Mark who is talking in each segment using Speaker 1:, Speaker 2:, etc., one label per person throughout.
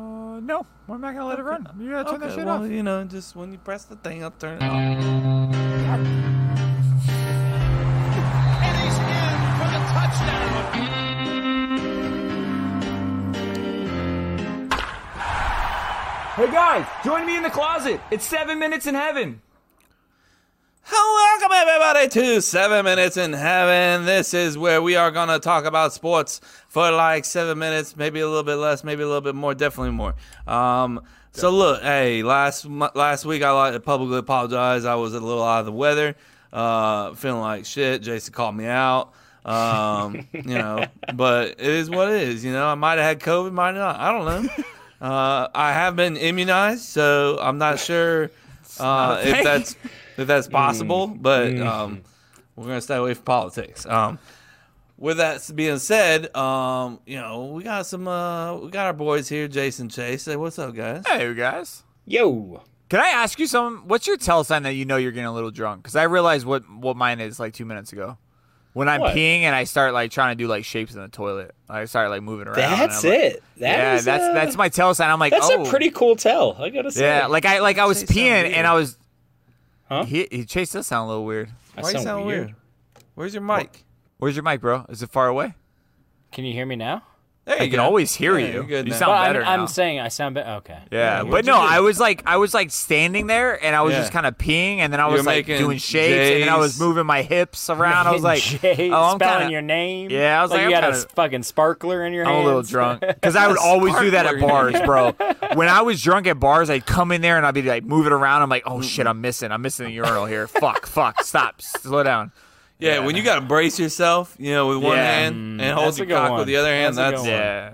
Speaker 1: no, I'm not gonna let it run. You gotta turn that
Speaker 2: Okay,
Speaker 1: shit
Speaker 2: well,
Speaker 1: off.
Speaker 2: you know, just when you press the thing, I'll turn it off.
Speaker 3: And he's in for the touchdown.
Speaker 4: Hey guys, join me in the closet. It's seven minutes in heaven.
Speaker 2: Welcome everybody to Seven Minutes in Heaven. This is where we are gonna talk about sports for like seven minutes, maybe a little bit less, maybe a little bit more, definitely more. Um, so look, hey, last mo- last week I like to publicly apologize. I was a little out of the weather, uh, feeling like shit. Jason called me out. Um, you know, but it is what it is. You know, I might have had COVID, might not. I don't know. Uh, I have been immunized, so I'm not sure uh, if that's if that's possible. But um, we're gonna stay away from politics. Um, with that being said, um, you know we got some uh, we got our boys here, Jason Chase. Say what's up, guys?
Speaker 1: Hey, guys.
Speaker 5: Yo.
Speaker 1: Can I ask you something? What's your tell sign that you know you're getting a little drunk? Because I realized what what mine is like two minutes ago. When I'm
Speaker 5: What?
Speaker 1: peeing and I start like trying to do like shapes in the toilet, I start like moving around. and
Speaker 5: That's
Speaker 1: I'm like-
Speaker 5: it. That
Speaker 1: yeah,
Speaker 5: is,
Speaker 1: that's
Speaker 5: uh,
Speaker 1: that's my tell sign. I'm like,
Speaker 5: That's
Speaker 1: oh,
Speaker 5: a pretty cool tell. I gotta say.
Speaker 1: Yeah, like I like I was
Speaker 2: Chase sound
Speaker 1: peeing
Speaker 2: weird.
Speaker 1: and I was.
Speaker 5: Huh?
Speaker 1: He, he chased does sound a little weird.
Speaker 5: I
Speaker 2: Why you sound weird? Where's your mic?
Speaker 1: Where's your mic, bro? Is it far away?
Speaker 6: Can you hear me now?
Speaker 2: There you
Speaker 1: I can
Speaker 2: go.
Speaker 1: always hear
Speaker 2: Yeah,
Speaker 1: you.
Speaker 2: you're good
Speaker 1: you
Speaker 2: now.
Speaker 1: sound
Speaker 6: Well,
Speaker 1: better.
Speaker 6: I'm,
Speaker 1: now.
Speaker 6: I'm saying I sound better. Okay.
Speaker 1: yeah,
Speaker 2: Yeah,
Speaker 1: but
Speaker 2: what'd you
Speaker 1: no,
Speaker 2: do?
Speaker 1: I was like, I was like standing there, and I was
Speaker 2: Yeah.
Speaker 1: just kind of peeing, and then I was
Speaker 2: You're
Speaker 1: like
Speaker 2: making
Speaker 1: doing shapes, and then I was
Speaker 2: J's.
Speaker 1: moving my hips around. I was like,
Speaker 6: Jay,
Speaker 1: oh, I'm
Speaker 6: spelling
Speaker 1: kinda-
Speaker 6: your name.
Speaker 1: Yeah, I was like,
Speaker 6: you
Speaker 1: I'm
Speaker 6: got a
Speaker 1: kinda-
Speaker 6: s- fucking sparkler in your
Speaker 1: I'm
Speaker 6: hand.
Speaker 1: a little drunk because I would always do that at bars, bro. When I was drunk at bars, I'd come in there and I'd be like moving around. I'm like, oh shit, I'm missing, I'm missing the urinal here. fuck, fuck, stop, slow down.
Speaker 2: Yeah, when you gotta brace yourself, you know, with one
Speaker 1: Yeah. Mm.
Speaker 2: hand and hold
Speaker 6: that's a
Speaker 2: your
Speaker 6: good
Speaker 2: cock
Speaker 6: one.
Speaker 2: with the other hand. That's,
Speaker 6: That's a good
Speaker 1: Yeah.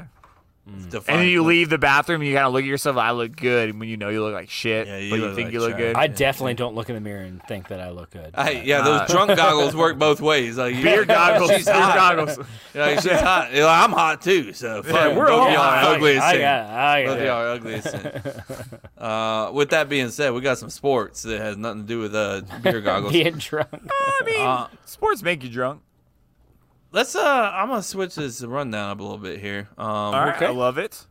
Speaker 2: defined.
Speaker 1: And then you leave the bathroom, and you kind of look at yourself. I look good when you know you look like shit,
Speaker 2: Yeah, you
Speaker 1: but you
Speaker 2: look
Speaker 1: think
Speaker 2: like
Speaker 1: you look
Speaker 2: trash.
Speaker 1: good.
Speaker 6: I definitely don't look in the mirror and think that I look good.
Speaker 2: I, yeah, those drunk goggles work both ways. Like you-
Speaker 1: Uh, Beer goggles, beer
Speaker 2: she's hot.
Speaker 1: goggles.
Speaker 2: You're like, she's hot. You're like, I'm hot too. So fuck,
Speaker 1: we're
Speaker 2: both
Speaker 1: all
Speaker 2: y'all
Speaker 1: hot.
Speaker 2: are ugly as
Speaker 6: I
Speaker 2: sin.
Speaker 6: got, I
Speaker 2: Both
Speaker 6: got,
Speaker 2: of y'all are ugly as sin. Uh, with that being said, we got some sports that has nothing to do with uh, beer goggles.
Speaker 6: being drunk.
Speaker 1: I mean,
Speaker 2: Uh,
Speaker 1: sports make you drunk.
Speaker 2: Let's. Uh, I'm gonna switch this rundown up a little bit here. Um,
Speaker 1: All right, I love it.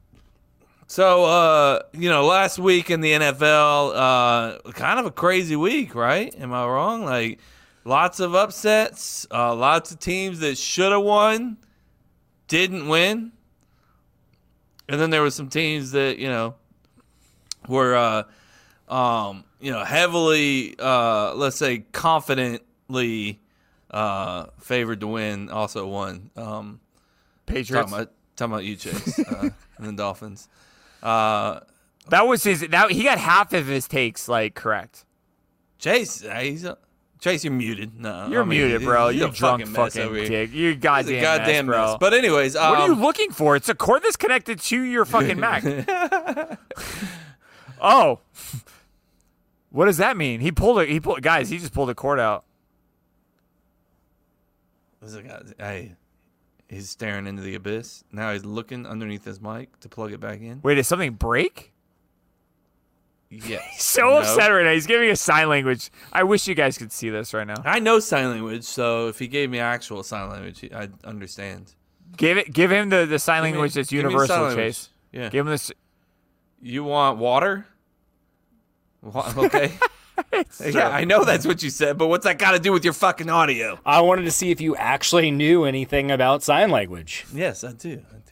Speaker 2: So, uh, you know, last week in the NFL, uh, kind of a crazy week, right? Am I wrong? Like, lots of upsets, uh, lots of teams that should have won didn't win, and then there were some teams that you know were, uh, um, you know, heavily, uh, let's say, confidently uh, favored to win, also won. Um,
Speaker 1: Patriots.
Speaker 2: talking about talking about you, Chase, uh, and the Dolphins. Uh,
Speaker 1: That was his. That he got half of his takes like correct.
Speaker 2: Chase, uh, he's uh, Chase, you're muted. No,
Speaker 1: You're
Speaker 2: I mean,
Speaker 1: muted, bro.
Speaker 2: he's
Speaker 1: You
Speaker 2: a
Speaker 1: drunk
Speaker 2: mess
Speaker 1: fucking
Speaker 2: over here.
Speaker 1: dick. You
Speaker 2: He's a
Speaker 1: goddamn,
Speaker 2: goddamn
Speaker 1: mess, bro.
Speaker 2: mess. But anyways, um,
Speaker 1: what are you looking for? It's a cord that's connected to your fucking Mac. oh, what does that mean? He pulled it. He pulled. Guys, he just pulled a cord out.
Speaker 2: This is a guy- hey, he's staring into the abyss. Now he's looking underneath his mic to plug it back in.
Speaker 1: Wait, did something break?
Speaker 2: Yes.
Speaker 1: So
Speaker 2: No.
Speaker 1: upset right now. He's giving us sign language. I wish you guys could see this right now.
Speaker 2: I know sign language, so if he gave me actual sign language, he- I'd understand.
Speaker 1: Give it. Give him the, the sign
Speaker 2: Give me-
Speaker 1: language that's
Speaker 2: give me sign
Speaker 1: universal,
Speaker 2: language.
Speaker 1: Chase.
Speaker 2: Yeah.
Speaker 1: Give him this.
Speaker 2: You want water? Wa- okay. yeah, I know that's what you said, but what's that got to do with your fucking audio?
Speaker 6: I wanted to see if you actually knew anything about sign language.
Speaker 2: Yes, I do. I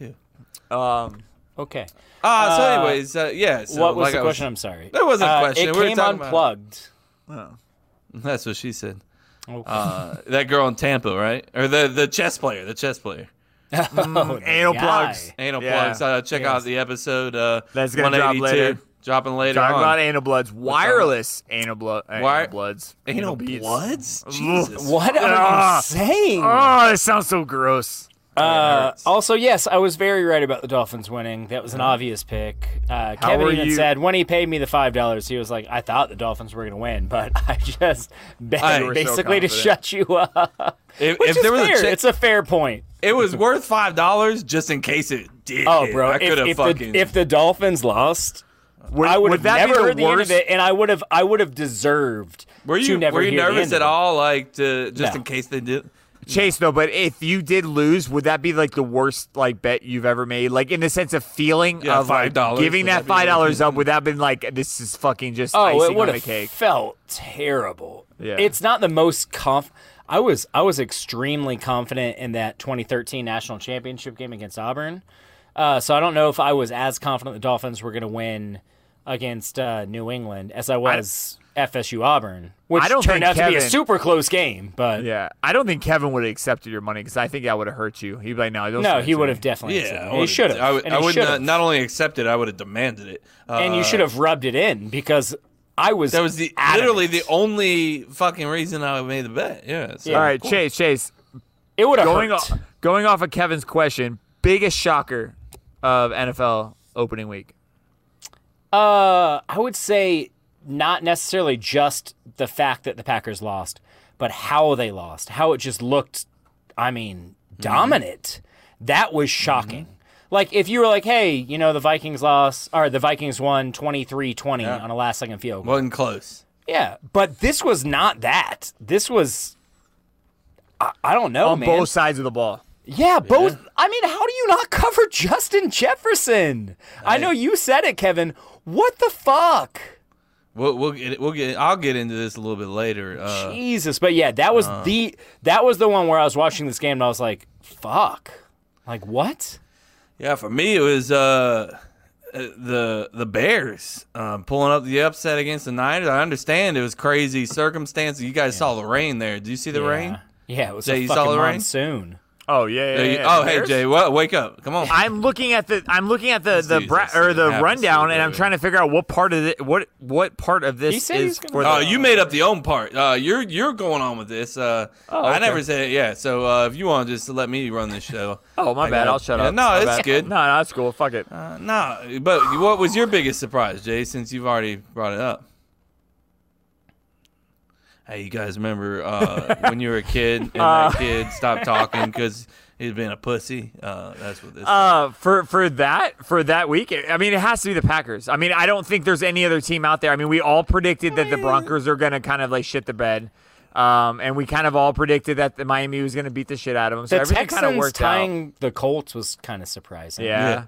Speaker 2: do.
Speaker 1: Um,
Speaker 6: Okay.
Speaker 2: Uh, so,
Speaker 6: Uh,
Speaker 2: anyways, uh, yeah. So,
Speaker 6: what was
Speaker 2: like
Speaker 6: the
Speaker 2: I
Speaker 6: question? I'm sorry.
Speaker 2: There wasn't a
Speaker 6: Uh,
Speaker 2: question.
Speaker 6: It
Speaker 2: We were
Speaker 6: came
Speaker 2: talking about-
Speaker 6: unplugged.
Speaker 2: That's what she said.
Speaker 6: Oh.
Speaker 2: Uh, that girl in Tampa, right? Or the the chess player, the chess player.
Speaker 6: Oh,
Speaker 1: anal
Speaker 6: guy.
Speaker 1: plugs.
Speaker 2: Anal
Speaker 1: Yeah.
Speaker 2: plugs. Uh, check out the episode. Uh,
Speaker 1: That's gonna drop
Speaker 2: 182.
Speaker 1: later.
Speaker 2: Dropping later
Speaker 1: Talking
Speaker 2: on.
Speaker 1: about anal bloods, wireless anal, blo- uh,
Speaker 2: Wire-
Speaker 1: anal bloods,
Speaker 2: anal
Speaker 1: beads.
Speaker 2: bloods. Jesus.
Speaker 6: What are
Speaker 1: Ah.
Speaker 6: you saying?
Speaker 1: Oh, that sounds so gross.
Speaker 6: Uh,
Speaker 2: hurts.
Speaker 6: also, yes, I was very right about the Dolphins winning. That was an obvious pick. Uh, Kevin
Speaker 1: were
Speaker 6: even
Speaker 1: you-
Speaker 6: said when he paid me the five dollars, he was like, "I thought the Dolphins were going to win, but I just bet
Speaker 2: I- You were so
Speaker 6: basically to
Speaker 1: confident.
Speaker 6: shut you up."
Speaker 2: If,
Speaker 6: Which
Speaker 2: if
Speaker 6: is
Speaker 2: there was
Speaker 6: fair.
Speaker 2: a chance,
Speaker 6: it's a fair point.
Speaker 2: it was worth five dollars just in case it did.
Speaker 6: Oh, bro,
Speaker 2: I
Speaker 6: if,
Speaker 2: could have
Speaker 6: if
Speaker 2: fucking.
Speaker 6: the, if the Dolphins lost,
Speaker 1: Would,
Speaker 6: I would
Speaker 1: would
Speaker 6: have
Speaker 1: that be
Speaker 6: never
Speaker 1: the
Speaker 6: heard the end
Speaker 1: worst?
Speaker 6: of it, and I would have, I would have deserved
Speaker 2: were
Speaker 6: to
Speaker 2: you
Speaker 6: never
Speaker 2: were you
Speaker 6: hear the
Speaker 2: nervous
Speaker 6: end
Speaker 2: at
Speaker 6: of it.
Speaker 2: all? Like to just
Speaker 6: No.
Speaker 2: in case they did.
Speaker 1: Chase, though, but if you did lose, would that be like the worst like bet you've ever made? Like in the sense of feeling
Speaker 2: Yeah,
Speaker 1: of like,
Speaker 2: $5,
Speaker 1: giving
Speaker 2: would
Speaker 1: that
Speaker 2: that be-
Speaker 1: five dollars up, would that have been like this is fucking just
Speaker 6: Oh,
Speaker 1: icing
Speaker 6: it would
Speaker 1: on the
Speaker 6: have
Speaker 1: cake?
Speaker 6: felt terrible.
Speaker 1: Yeah.
Speaker 6: It's not the most conf. I was I was extremely confident in that 2013 national championship game against Auburn. Uh, so I don't know if I was as confident the Dolphins were going to win against uh, New England as I was FSU Auburn, which
Speaker 1: I don't
Speaker 6: turned out
Speaker 1: think
Speaker 6: to be a
Speaker 1: Kevin-
Speaker 6: super close game. But
Speaker 1: Yeah, I don't think Kevin would have accepted your money because I think that would have hurt you. He'd be like, "No, don't send
Speaker 6: no,
Speaker 1: it
Speaker 6: he
Speaker 1: to
Speaker 6: would
Speaker 1: me.
Speaker 6: have definitely. accepted it.
Speaker 2: Yeah,
Speaker 6: he should have.
Speaker 2: I would,
Speaker 6: and
Speaker 2: I
Speaker 6: he
Speaker 2: would
Speaker 6: should
Speaker 2: not,
Speaker 6: have.
Speaker 2: not only accepted, I would have demanded it. Uh,
Speaker 6: and you should have rubbed it in because I was.
Speaker 2: that was the
Speaker 6: adamant.
Speaker 2: literally the only fucking reason I made the bet. Yeah. So,
Speaker 1: All right, Chase, Chase,
Speaker 6: It would have
Speaker 1: going
Speaker 6: hurt.
Speaker 1: off, going off of Kevin's question, biggest shocker of NFL opening week.
Speaker 6: Uh, I would say not necessarily just the fact that the Packers lost, but how they lost, how it just looked, I mean,
Speaker 1: Mm-hmm.
Speaker 6: dominant. That was shocking. Like, if you were like, hey, you know, the Vikings lost, or the Vikings won 23 20 on a last second field goal.
Speaker 2: Wasn't close.
Speaker 6: yeah. But this was not that. This was, I, I don't know,
Speaker 1: on
Speaker 6: man.
Speaker 1: both sides of the ball.
Speaker 6: Yeah, both. I mean, how do you not cover Justin Jefferson? I know you said it, Kevin. What the fuck?
Speaker 2: We'll, we'll get we'll get I'll get into this a little bit later. Uh,
Speaker 6: Jesus, but yeah, that was the that was the one where I was watching this game and I was like, "Fuck!" Like what?
Speaker 2: yeah, for me it was uh, uh, the the Bears um, pulling up the upset against the Niners. I understand it was crazy circumstances. You guys saw the rain there. Did you see the rain?
Speaker 6: Yeah, it was
Speaker 2: Jay,
Speaker 6: a
Speaker 2: you saw
Speaker 6: fucking
Speaker 2: the rain?
Speaker 6: monsoon.
Speaker 1: Oh yeah.
Speaker 2: There you- oh hey Jay, what, wake up! Come on.
Speaker 1: I'm looking at the I'm looking at the the
Speaker 2: dude's
Speaker 1: bra- or the
Speaker 2: absolutely
Speaker 1: rundown, and I'm
Speaker 2: good.
Speaker 1: trying to figure out what part of it what what part of
Speaker 6: He
Speaker 1: this
Speaker 6: said he's
Speaker 1: is
Speaker 6: gonna-
Speaker 1: for the.
Speaker 2: Oh, you made up the own part. Uh, you're you're going on with this. Uh, I never said it. Yeah. So uh, if you want to just let me run this show.
Speaker 1: Oh my
Speaker 2: I
Speaker 1: bad.
Speaker 2: got-
Speaker 1: I'll shut
Speaker 2: yeah,
Speaker 1: up.
Speaker 2: no,
Speaker 1: My
Speaker 2: it's
Speaker 1: bad.
Speaker 2: good.
Speaker 1: No, no, that's cool. Fuck it.
Speaker 2: Uh, no, but what was your biggest surprise, Jay? Since you've already brought it up. Hey, you guys remember uh, when you were a kid and
Speaker 1: Uh.
Speaker 2: that kid stopped talking because he'd been a pussy? Uh, that's what this.
Speaker 1: Uh, for for that for that week, I mean, it has to be the Packers. I mean, I don't think there's any other team out there. I mean, we all predicted that the Broncos are gonna kind of like shit the bed, um, and we kind of all predicted that the Miami was gonna beat the shit out of them. So
Speaker 6: The
Speaker 1: everything kind of
Speaker 6: Texans
Speaker 1: worked out.
Speaker 6: tying the Colts was kind of surprising.
Speaker 1: Yeah.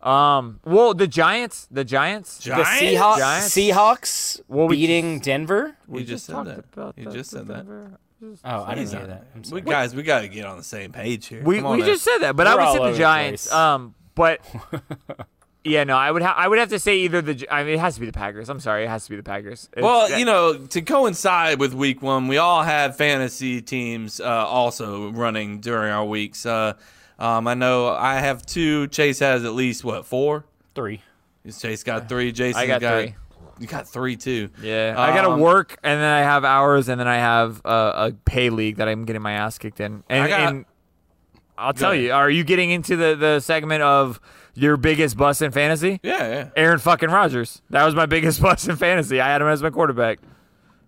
Speaker 1: Um. Well, the Giants. The Giants.
Speaker 6: the Seahawks.
Speaker 1: Giants?
Speaker 6: Seahawks
Speaker 1: Well, we
Speaker 6: beating Denver.
Speaker 2: we
Speaker 1: We
Speaker 2: just, said
Speaker 1: talked
Speaker 2: that.
Speaker 1: about
Speaker 2: You
Speaker 1: that
Speaker 2: just said that.
Speaker 1: Denver.
Speaker 6: Oh, I didn't
Speaker 2: He's
Speaker 6: hear
Speaker 2: on
Speaker 6: that. I'm
Speaker 2: it.
Speaker 6: sorry.
Speaker 2: We, guys, we got to get on the same page here.
Speaker 1: We
Speaker 2: Come on
Speaker 1: we
Speaker 2: now.
Speaker 1: just said that, but I
Speaker 6: We're all
Speaker 1: would
Speaker 6: over
Speaker 1: say the
Speaker 6: the
Speaker 1: Giants.
Speaker 6: place.
Speaker 1: um. But yeah, no, I would ha- I would have to say either the. Gi- I mean, it has to be the Packers. I'm sorry, it has to be the Packers. It's-
Speaker 2: Well,
Speaker 1: that-
Speaker 2: you know, to coincide with week one, we all had fantasy teams uh, also running during our weeks. Uh, um, I know I have two. Chase has at least what four?
Speaker 6: Three.
Speaker 2: Chase got three. Jason
Speaker 1: got three.
Speaker 2: You got three too.
Speaker 1: Yeah, I gotta
Speaker 2: Um,
Speaker 1: work, and then I have hours, and then I have uh, a pay league that I'm getting my ass kicked in. And,
Speaker 2: I got-
Speaker 1: and I'll tell
Speaker 2: ahead.
Speaker 1: you, are you getting into the the segment of your biggest bust in fantasy?
Speaker 2: Yeah, yeah,
Speaker 1: Aaron fucking Rodgers. That was my biggest bust in fantasy. I had him as my quarterback.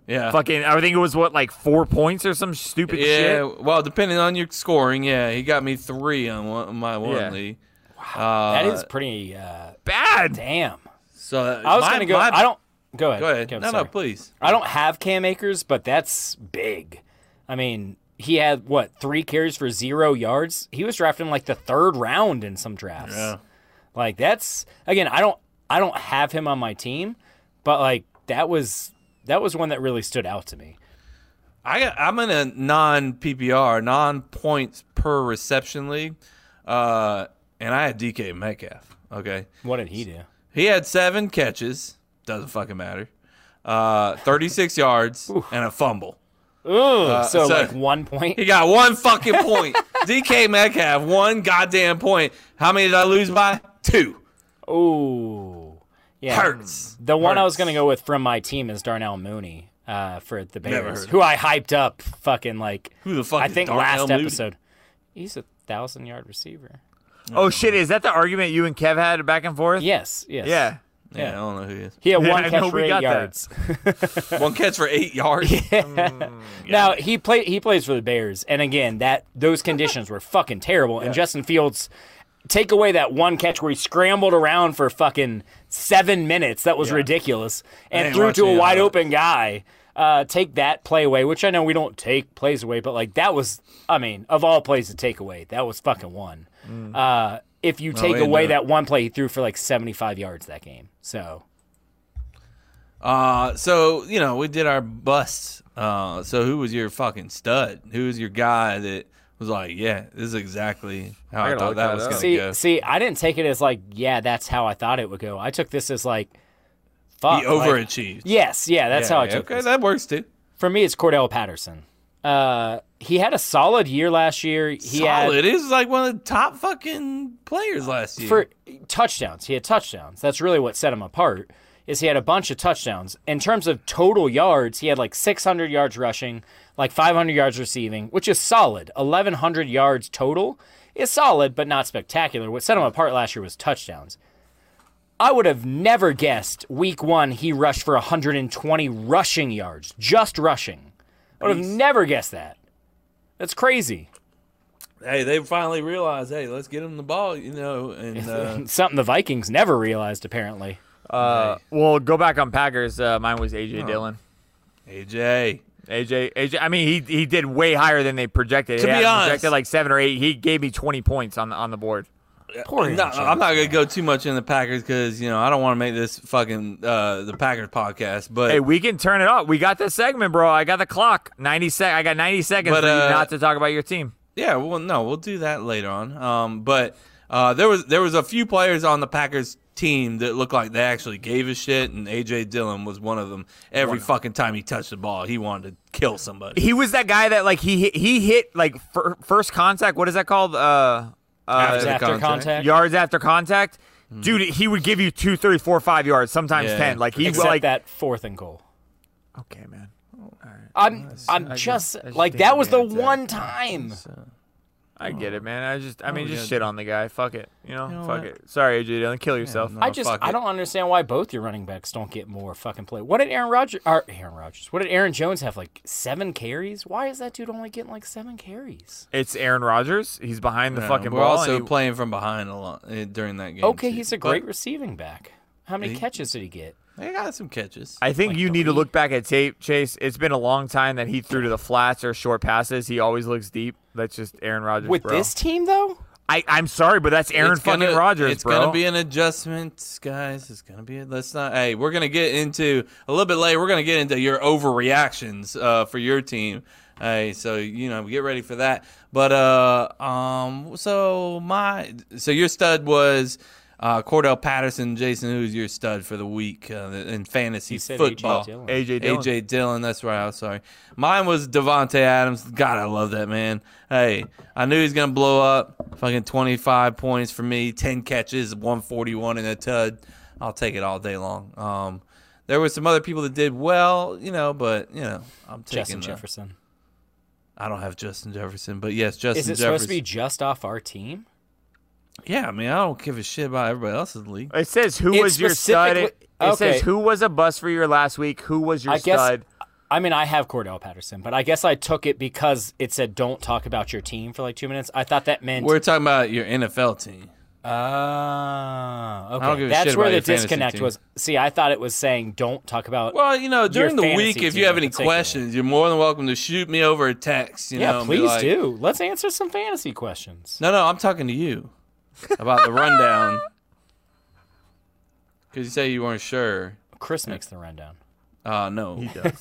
Speaker 2: yeah.
Speaker 1: Fucking, I think it was what like four points or some stupid
Speaker 2: yeah.
Speaker 1: shit.
Speaker 2: Well, depending on your scoring, yeah, he got me three on one, my one
Speaker 1: Yeah.
Speaker 2: league.
Speaker 6: that is pretty. Uh,
Speaker 1: Bad.
Speaker 6: damn.
Speaker 2: So
Speaker 6: I was gonna go. I don't. Go ahead.
Speaker 2: Uh, Go ahead.
Speaker 6: Kevin,
Speaker 2: no,
Speaker 6: sorry.
Speaker 2: no, please.
Speaker 6: I don't have Cam Akers, but that's big. I mean, he had what three carries for zero yards. He was drafted in like the third round in some drafts.
Speaker 2: Yeah.
Speaker 6: Like that's again, I don't, I don't have him on my team, but like that was that was one that really stood out to me.
Speaker 2: I got, I'm in a non PPR, non points per reception league, uh, and I had DK Metcalf. Okay,
Speaker 6: What did he do?
Speaker 2: he had seven catches. Doesn't fucking matter. Uh, 36 yards and a fumble.
Speaker 6: Ooh, so,
Speaker 2: Uh, so-
Speaker 6: like one point.
Speaker 2: He got one fucking point. DK Metcalf, one goddamn point. How many did I lose by? Two.
Speaker 6: Ooh, yeah.
Speaker 2: Hurts.
Speaker 6: The one I was
Speaker 2: Hurts.
Speaker 6: gonna go with from my team is Darnell Mooney uh, for the
Speaker 2: Never heard
Speaker 6: Bears,
Speaker 2: of
Speaker 6: who I hyped up fucking like.
Speaker 2: Who the fuck
Speaker 6: I
Speaker 2: is
Speaker 6: think
Speaker 2: Darnell
Speaker 6: last
Speaker 2: Mooney?
Speaker 6: episode. He's a thousand yard receiver.
Speaker 1: Oh shit! Is that the argument you and Kev had back and forth?
Speaker 6: Yes, yes.
Speaker 1: Yeah.
Speaker 2: Yeah, I don't know who he is.
Speaker 6: He had
Speaker 1: Yeah,
Speaker 6: one
Speaker 1: I
Speaker 6: catch
Speaker 1: know,
Speaker 6: for
Speaker 1: we
Speaker 6: eight
Speaker 1: got that.
Speaker 6: yards.
Speaker 2: One catch for eight yards.
Speaker 6: Now he play he plays for the Bears, and again that those conditions were fucking terrible. And Justin Fields, take away that one catch where he scrambled around for fucking seven minutes. That was ridiculous, and
Speaker 2: ain't
Speaker 6: threw
Speaker 2: watching
Speaker 6: to
Speaker 2: any
Speaker 6: a
Speaker 2: of
Speaker 6: wide
Speaker 2: that.
Speaker 6: open guy. uh, take that play away, which I know we don't take plays away, but like that was, I mean, of all plays to take away, that was fucking one. Uh, if you
Speaker 2: Mm.
Speaker 6: take
Speaker 2: we didn't
Speaker 6: away
Speaker 2: do it.
Speaker 6: that one play, he threw for like 75 yards that game. So
Speaker 2: Uh, so you know, we did our busts. Uh, so who was your fucking stud? Who was your guy that was like, yeah, this is exactly how I,
Speaker 1: gotta
Speaker 2: thought
Speaker 1: look
Speaker 2: that
Speaker 1: that
Speaker 2: was
Speaker 1: up.
Speaker 2: gonna
Speaker 6: see,
Speaker 2: go.
Speaker 6: see, I didn't take it as like, yeah, that's how I thought it would go. I took this as like, fuck,
Speaker 2: he
Speaker 6: like-
Speaker 2: overachieved.
Speaker 6: yes, yeah, that's how I took
Speaker 2: okay,
Speaker 6: this.
Speaker 2: that works too.
Speaker 6: For me, it's Cordell Patterson. Uh, he had a solid year last year. He had
Speaker 2: Solid. He was like one of the top fucking players last year.
Speaker 6: for touchdowns. He had touchdowns. That's really what set him apart. Is he had a bunch of touchdowns. In terms of total yards, he had like 600 yards rushing, like 500 yards receiving, which is solid. 1100 yards total is solid, but not spectacular. What set him apart last year was touchdowns. I would have never guessed week one he rushed for 120 rushing yards, just rushing. I would have never guessed that. That's crazy.
Speaker 2: hey, they finally realized, hey, let's get him the ball, you know, and uh,
Speaker 6: Something the Vikings never realized, apparently.
Speaker 1: Uh, well, go back on Packers. Uh, mine was AJ
Speaker 2: Oh.
Speaker 1: Dillon.
Speaker 2: AJ.
Speaker 1: AJ, AJ. I mean, he he did way higher than they projected. He
Speaker 2: To be
Speaker 1: had
Speaker 2: honest-
Speaker 1: projected like seven or eight. He gave me twenty points on the on the board.
Speaker 6: Poor
Speaker 2: No,
Speaker 6: AJ.
Speaker 2: I'm not gonna go too much in the Packers because you know I don't want to make this fucking uh, the Packers podcast. But
Speaker 1: Hey, we can turn it up. We got this segment, bro. I got the clock. Ninety sec. I got ninety seconds
Speaker 2: But,
Speaker 1: for you
Speaker 2: uh,
Speaker 1: not to talk about your team.
Speaker 2: Yeah, well, no, we'll do that later on. Um, but uh, there was there was a few players on the Packers team that looked like they actually gave a shit, and AJ Dillon was one of them. Every fucking time he touched the ball, he wanted to kill somebody.
Speaker 1: He was that guy that like he hit, he hit like fir- first contact. What is that called? Uh, uh,
Speaker 2: After
Speaker 6: after
Speaker 2: contact.
Speaker 6: contact.
Speaker 1: yards after contact. Dude, he would give you two, three, four, five yards, sometimes
Speaker 2: Yeah.
Speaker 1: ten. Like he
Speaker 6: except
Speaker 1: like
Speaker 6: that fourth and goal.
Speaker 1: Okay, man.
Speaker 6: I'm I'm just
Speaker 1: I just
Speaker 6: like
Speaker 1: think
Speaker 6: that
Speaker 1: we
Speaker 6: was the
Speaker 1: had to-
Speaker 6: one time.
Speaker 1: I get it, man. I just, I mean,
Speaker 2: we
Speaker 1: just
Speaker 2: good.
Speaker 1: shit on the guy. Fuck it, you know.
Speaker 2: know
Speaker 1: Fuck
Speaker 2: what?
Speaker 1: it. Sorry, AJ Dillon, kill yourself.
Speaker 2: no.
Speaker 6: I just
Speaker 2: Oh, fuck
Speaker 6: I
Speaker 2: it.
Speaker 6: don't understand why both your running backs don't get more fucking play. What did Aaron Rodgers? Or Aaron Rodgers? What did Aaron Jones have? Like seven carries? Why is that dude only getting like seven carries?
Speaker 1: It's Aaron Rodgers. He's behind the
Speaker 2: Yeah,
Speaker 1: fucking
Speaker 2: we're
Speaker 1: ball.
Speaker 2: also
Speaker 1: and he-
Speaker 2: playing from behind a lot uh, during that game.
Speaker 6: Okay,
Speaker 2: too.
Speaker 6: he's a
Speaker 2: But
Speaker 6: great receiving back. How many catches did he get?
Speaker 2: They got some catches.
Speaker 1: I think you need to look back at tape, Chase. It's been a long time that he threw to the flats or short passes. He always looks deep. That's just Aaron Rodgers,
Speaker 6: With
Speaker 1: bro.
Speaker 6: this team though,
Speaker 1: I, I'm sorry, but that's Aaron
Speaker 2: It's
Speaker 1: fucking
Speaker 2: gonna-
Speaker 1: Rodgers,
Speaker 2: It's
Speaker 1: bro.
Speaker 2: gonna be an adjustment, guys. It's gonna be. A, let's not. Hey, we're gonna get into a little bit later. We're gonna get into your overreactions uh, for your team. Hey, so you know, get ready for that. But uh, um, so my, so your stud was. Uh, Cordell Patterson, Jason, who's your stud for the week uh, in fantasy
Speaker 6: said A.J.
Speaker 2: football?
Speaker 6: Dillon.
Speaker 1: AJ Dillon.
Speaker 2: AJ Dillon. That's right. I was sorry. Mine was Devonte Adams. God, I love that man. Hey, I knew he was gonna blow up. Fucking twenty five points for me. Ten catches, one forty one in a tud. I'll take it all day long. Um, there were some other people that did well, you know, but you know, I'm taking.
Speaker 6: Justin
Speaker 2: the-
Speaker 6: Jefferson.
Speaker 2: I don't have Justin Jefferson, but yes, Justin.
Speaker 6: Is it
Speaker 2: Jefferson.
Speaker 6: supposed to be just off our team?
Speaker 2: Yeah, I mean, I don't give a shit about everybody else's league.
Speaker 1: It says who
Speaker 6: It
Speaker 1: was your stud. It,
Speaker 6: specifically-
Speaker 1: it says
Speaker 6: okay.
Speaker 1: who was a bust for your last week. Who was your
Speaker 6: I guess.
Speaker 1: stud?
Speaker 6: I mean, I have Cordell Patterson, but I guess I took it because it said "Don't talk about your team" for like two minutes. I thought that meant
Speaker 2: We're talking about your NFL team.
Speaker 6: Ah, okay.
Speaker 2: don't give a
Speaker 6: That's
Speaker 2: shit
Speaker 6: where
Speaker 2: about
Speaker 6: the
Speaker 2: your fantasy
Speaker 6: disconnect
Speaker 2: team.
Speaker 6: was. See, I thought it was saying don't talk about.
Speaker 2: Well, you know, during the
Speaker 6: fantasy
Speaker 2: week, if
Speaker 6: team
Speaker 2: you have
Speaker 6: in
Speaker 2: any
Speaker 6: particular.
Speaker 2: questions, you're more than welcome to shoot me over a text. You
Speaker 6: yeah,
Speaker 2: know, and be
Speaker 6: please
Speaker 2: like,
Speaker 6: do. Let's answer some fantasy questions.
Speaker 2: No, no, I'm talking to you about the rundown. Because you say you weren't sure.
Speaker 6: Chris makes the rundown.
Speaker 2: Uh, no. He does.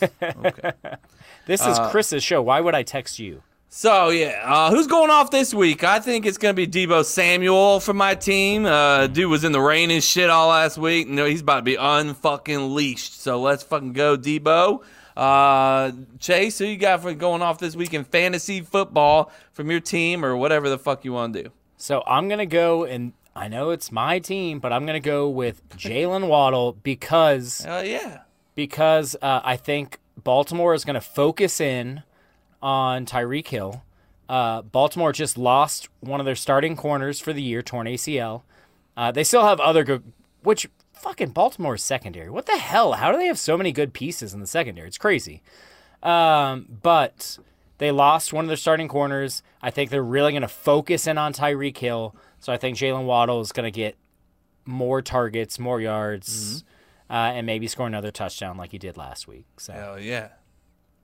Speaker 6: This is
Speaker 2: Uh,
Speaker 6: Chris's show. Why would I text you?
Speaker 2: So, yeah, uh, who's going off this week? I think it's going to be Debo Samuel for my team. Uh, dude was in the rain and shit all last week. No, he's about to be unfucking leashed. So let's fucking go, Debo. Uh, Chase, who you got for going off this week in fantasy football from your team or whatever the fuck you want to do?
Speaker 6: So I'm gonna go, and I know it's my team, but I'm gonna go with Jalen Waddle because
Speaker 2: Uh, yeah.
Speaker 6: because uh, I think Baltimore is gonna focus in on Tyreek Hill. Uh, Baltimore just lost one of their starting corners for the year, torn ACL. Uh, they still have other good, which fucking Baltimore's secondary. What the hell? How do they have so many good pieces in the secondary? It's crazy. Um, but they lost one of their starting corners. I think they're really going to focus in on Tyreek Hill. So I think Jalen Waddle is going to get more targets, more yards, uh, and maybe score another touchdown like he did last week. So
Speaker 2: Hell yeah.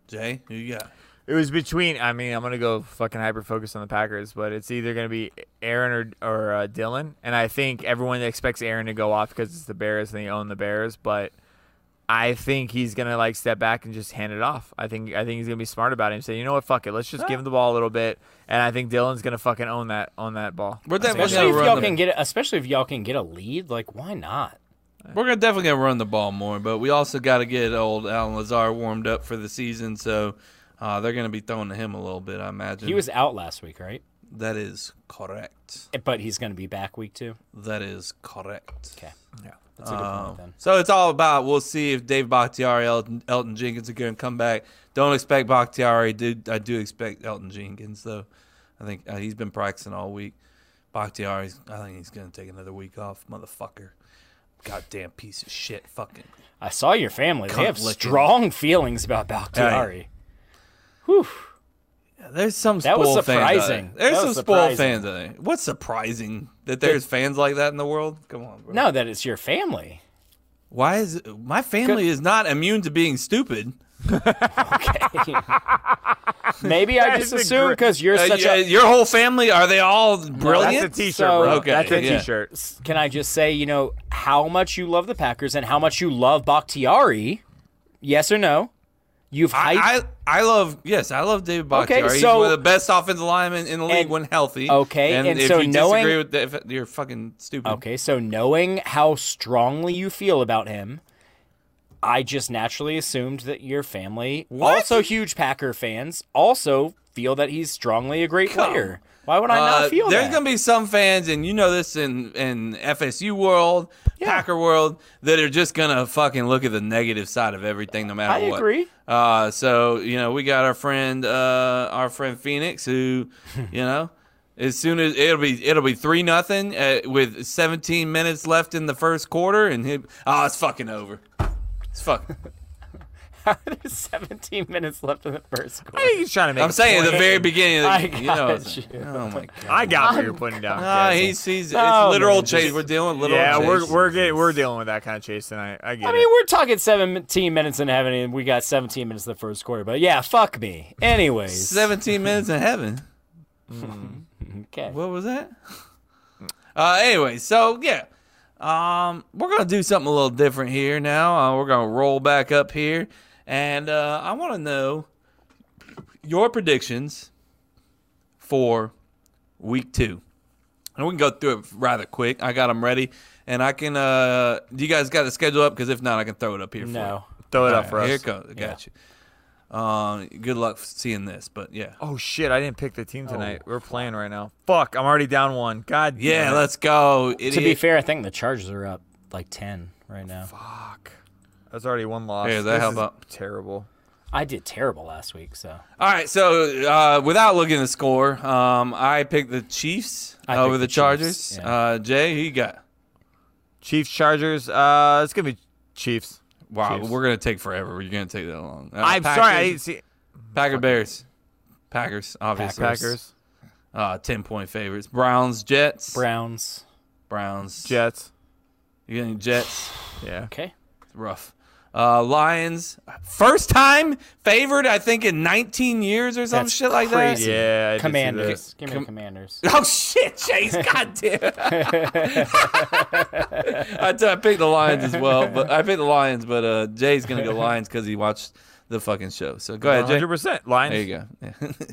Speaker 2: Jay, who you got?
Speaker 1: It was between. I mean, I'm gonna go fucking hyper focus on the Packers, but it's either gonna be Aaron or or uh, Dylan, and I think everyone expects Aaron to go off because it's the Bears and they own the Bears, but I think he's gonna like step back and just hand it off. I think I think he's gonna be smart about it and say, you know what, fuck it, let's just give him the ball a little bit, and I think Dylan's gonna fucking own that own that ball.
Speaker 2: We're, definitely
Speaker 6: Especially
Speaker 2: gonna
Speaker 6: if
Speaker 2: run
Speaker 6: y'all
Speaker 2: the-
Speaker 6: can get, especially if y'all can get a lead, like why not?
Speaker 2: We're gonna definitely gonna run the ball more, but we also got to get old Alan Lazar warmed up for the season, so uh, they're gonna be throwing to him a little bit, I imagine.
Speaker 6: He was out last week, right?
Speaker 2: that is correct.
Speaker 6: But he's going to be back week two.
Speaker 2: That is correct.
Speaker 6: Okay, that's a good point then.
Speaker 2: So it's all about we'll see if Dave Bakhtiari, Elton, Elton Jenkins are going to come back. Don't expect Bakhtiari. Do I do expect Elton Jenkins though? I think uh, he's been practicing all week. Bakhtiari, I think he's going to take another week off, motherfucker. Goddamn piece of shit, fucking.
Speaker 6: I saw your family. They have
Speaker 2: Cunt-licking.
Speaker 6: strong feelings about Bakhtiari.
Speaker 2: There's some
Speaker 6: That
Speaker 2: spoiled
Speaker 6: was
Speaker 2: Fans out
Speaker 6: surprising.
Speaker 2: there. There's
Speaker 6: That
Speaker 2: some
Speaker 6: was
Speaker 2: spoiled
Speaker 6: surprising.
Speaker 2: fans out there. What's surprising that there's fans like that in the world? Come on, bro.
Speaker 6: No, that it's your family.
Speaker 2: Why is my family is not immune to being stupid?
Speaker 6: Maybe I
Speaker 1: is
Speaker 6: just
Speaker 1: a
Speaker 6: assume
Speaker 1: great-
Speaker 6: because you're
Speaker 2: Uh,
Speaker 6: such
Speaker 2: y-
Speaker 6: a
Speaker 2: your whole family are they all brilliant?
Speaker 1: That's a t-shirt,
Speaker 6: So-
Speaker 1: bro.
Speaker 2: Okay,
Speaker 1: That's a
Speaker 2: yeah.
Speaker 1: shirt
Speaker 6: can I just say, you know, how much you love the Packers and how much you love Bakhtiari? Yes or no? You've hyped.
Speaker 2: I, I I love yes I love David Bakhtiari. He's
Speaker 6: so-
Speaker 2: one of the best offensive linemen in the league
Speaker 6: And-
Speaker 2: when healthy.
Speaker 6: okay,
Speaker 2: and,
Speaker 6: and
Speaker 2: if
Speaker 6: so
Speaker 2: you
Speaker 6: knowing-
Speaker 2: disagree with that, if- you're fucking stupid.
Speaker 6: okay, so knowing how strongly you feel about him, I just naturally assumed that your family, also huge Packer fans, also feel that he's strongly a great player. Why would I not
Speaker 2: Uh,
Speaker 6: feel
Speaker 2: there's
Speaker 6: that?
Speaker 2: gonna be some fans, and you know this in in FSU world, Packer world, that are just gonna fucking look at the negative side of everything, no matter
Speaker 6: I
Speaker 2: what.
Speaker 6: agree.
Speaker 2: Uh, so you know, we got our friend, uh, our friend Phoenix, who, you know, as soon as it'll be, it'll be three nothing uh, with 17 minutes left in the first quarter, and he, oh, it's fucking over. It's fucking.
Speaker 6: There's 17 minutes left in the first quarter.
Speaker 1: I think he's trying to make.
Speaker 2: I'm
Speaker 1: a
Speaker 2: saying at the
Speaker 1: point.
Speaker 2: very beginning, of
Speaker 6: I
Speaker 2: the, you know,
Speaker 6: got
Speaker 2: it's like,
Speaker 6: you.
Speaker 2: oh my god.
Speaker 1: I got what you're putting down.
Speaker 2: Ah,
Speaker 1: Jason.
Speaker 2: he's, he's
Speaker 6: No,
Speaker 2: it's literal
Speaker 6: Oh, man,
Speaker 2: chase.
Speaker 6: just-
Speaker 2: we're dealing with literal
Speaker 1: yeah,
Speaker 2: chase.
Speaker 1: we're we're getting we're dealing with that kind of chase tonight. I get
Speaker 6: I
Speaker 1: it.
Speaker 6: mean, we're talking 17 minutes in heaven, and we got 17 minutes in the first quarter. But yeah, fuck me. Anyways,
Speaker 2: 17 minutes in heaven.
Speaker 6: okay.
Speaker 2: What was that? Uh, anyway, so yeah, um, we're gonna do something a little different here now. Uh, we're gonna roll back up here, and uh, I want to know your predictions for week two, and we can go through it rather quick. I got them ready, and I can. Uh, do you guys got the schedule up? Because if not, I can throw it up here. for you.
Speaker 6: no,
Speaker 1: Throw it
Speaker 2: All
Speaker 1: up
Speaker 2: right,
Speaker 1: for us.
Speaker 2: Here it comes. I Got you. Um, good luck seeing this, but yeah.
Speaker 1: Oh shit! I didn't pick the
Speaker 2: Oh.
Speaker 1: team tonight. We're playing right now. Fuck! I'm already down one. God. damn
Speaker 2: Yeah,
Speaker 1: it.
Speaker 2: let's go. Idiot.
Speaker 6: to be fair, I think the Chargers are up like 10 right now.
Speaker 1: Fuck. That's already one loss.
Speaker 2: Here, that
Speaker 1: This
Speaker 2: help
Speaker 1: is
Speaker 2: out.
Speaker 1: Terrible.
Speaker 6: I did terrible last week, so
Speaker 2: All right, so uh, without looking at the score, um, I picked the Chiefs
Speaker 6: I
Speaker 2: over
Speaker 6: picked
Speaker 2: the,
Speaker 6: the Chiefs,
Speaker 2: Chargers.
Speaker 6: yeah.
Speaker 2: Uh, Jay, who you got?
Speaker 1: Chiefs Chargers. Uh, it's gonna be Chiefs.
Speaker 2: Wow,
Speaker 1: Chiefs.
Speaker 2: we're gonna take forever. You're gonna take that long. Uh,
Speaker 1: I'm
Speaker 2: Packers,
Speaker 1: sorry. I didn't see
Speaker 2: Packer Bears, Packers, obviously.
Speaker 1: Packers,
Speaker 2: Uh, ten point favorites. Browns, Jets,
Speaker 6: Browns.
Speaker 2: Browns,
Speaker 1: Jets.
Speaker 2: You're getting Jets.
Speaker 1: Yeah.
Speaker 6: Okay.
Speaker 2: It's rough. Uh, Lions, first time favored, I think in 19 years or some
Speaker 6: That's
Speaker 2: shit like
Speaker 6: crazy.
Speaker 1: Yeah. I did see
Speaker 6: Commanders. Give me
Speaker 2: Com-
Speaker 6: the Commanders.
Speaker 2: that. Oh shit, Chase! Goddamn. I, t- I picked the Lions as well, but I picked the Lions, but uh, Jay's gonna go Lions because he watched the fucking show. So go
Speaker 1: that.
Speaker 2: ahead, Jay.
Speaker 1: 100 percent Lions.
Speaker 2: There you go. Yeah.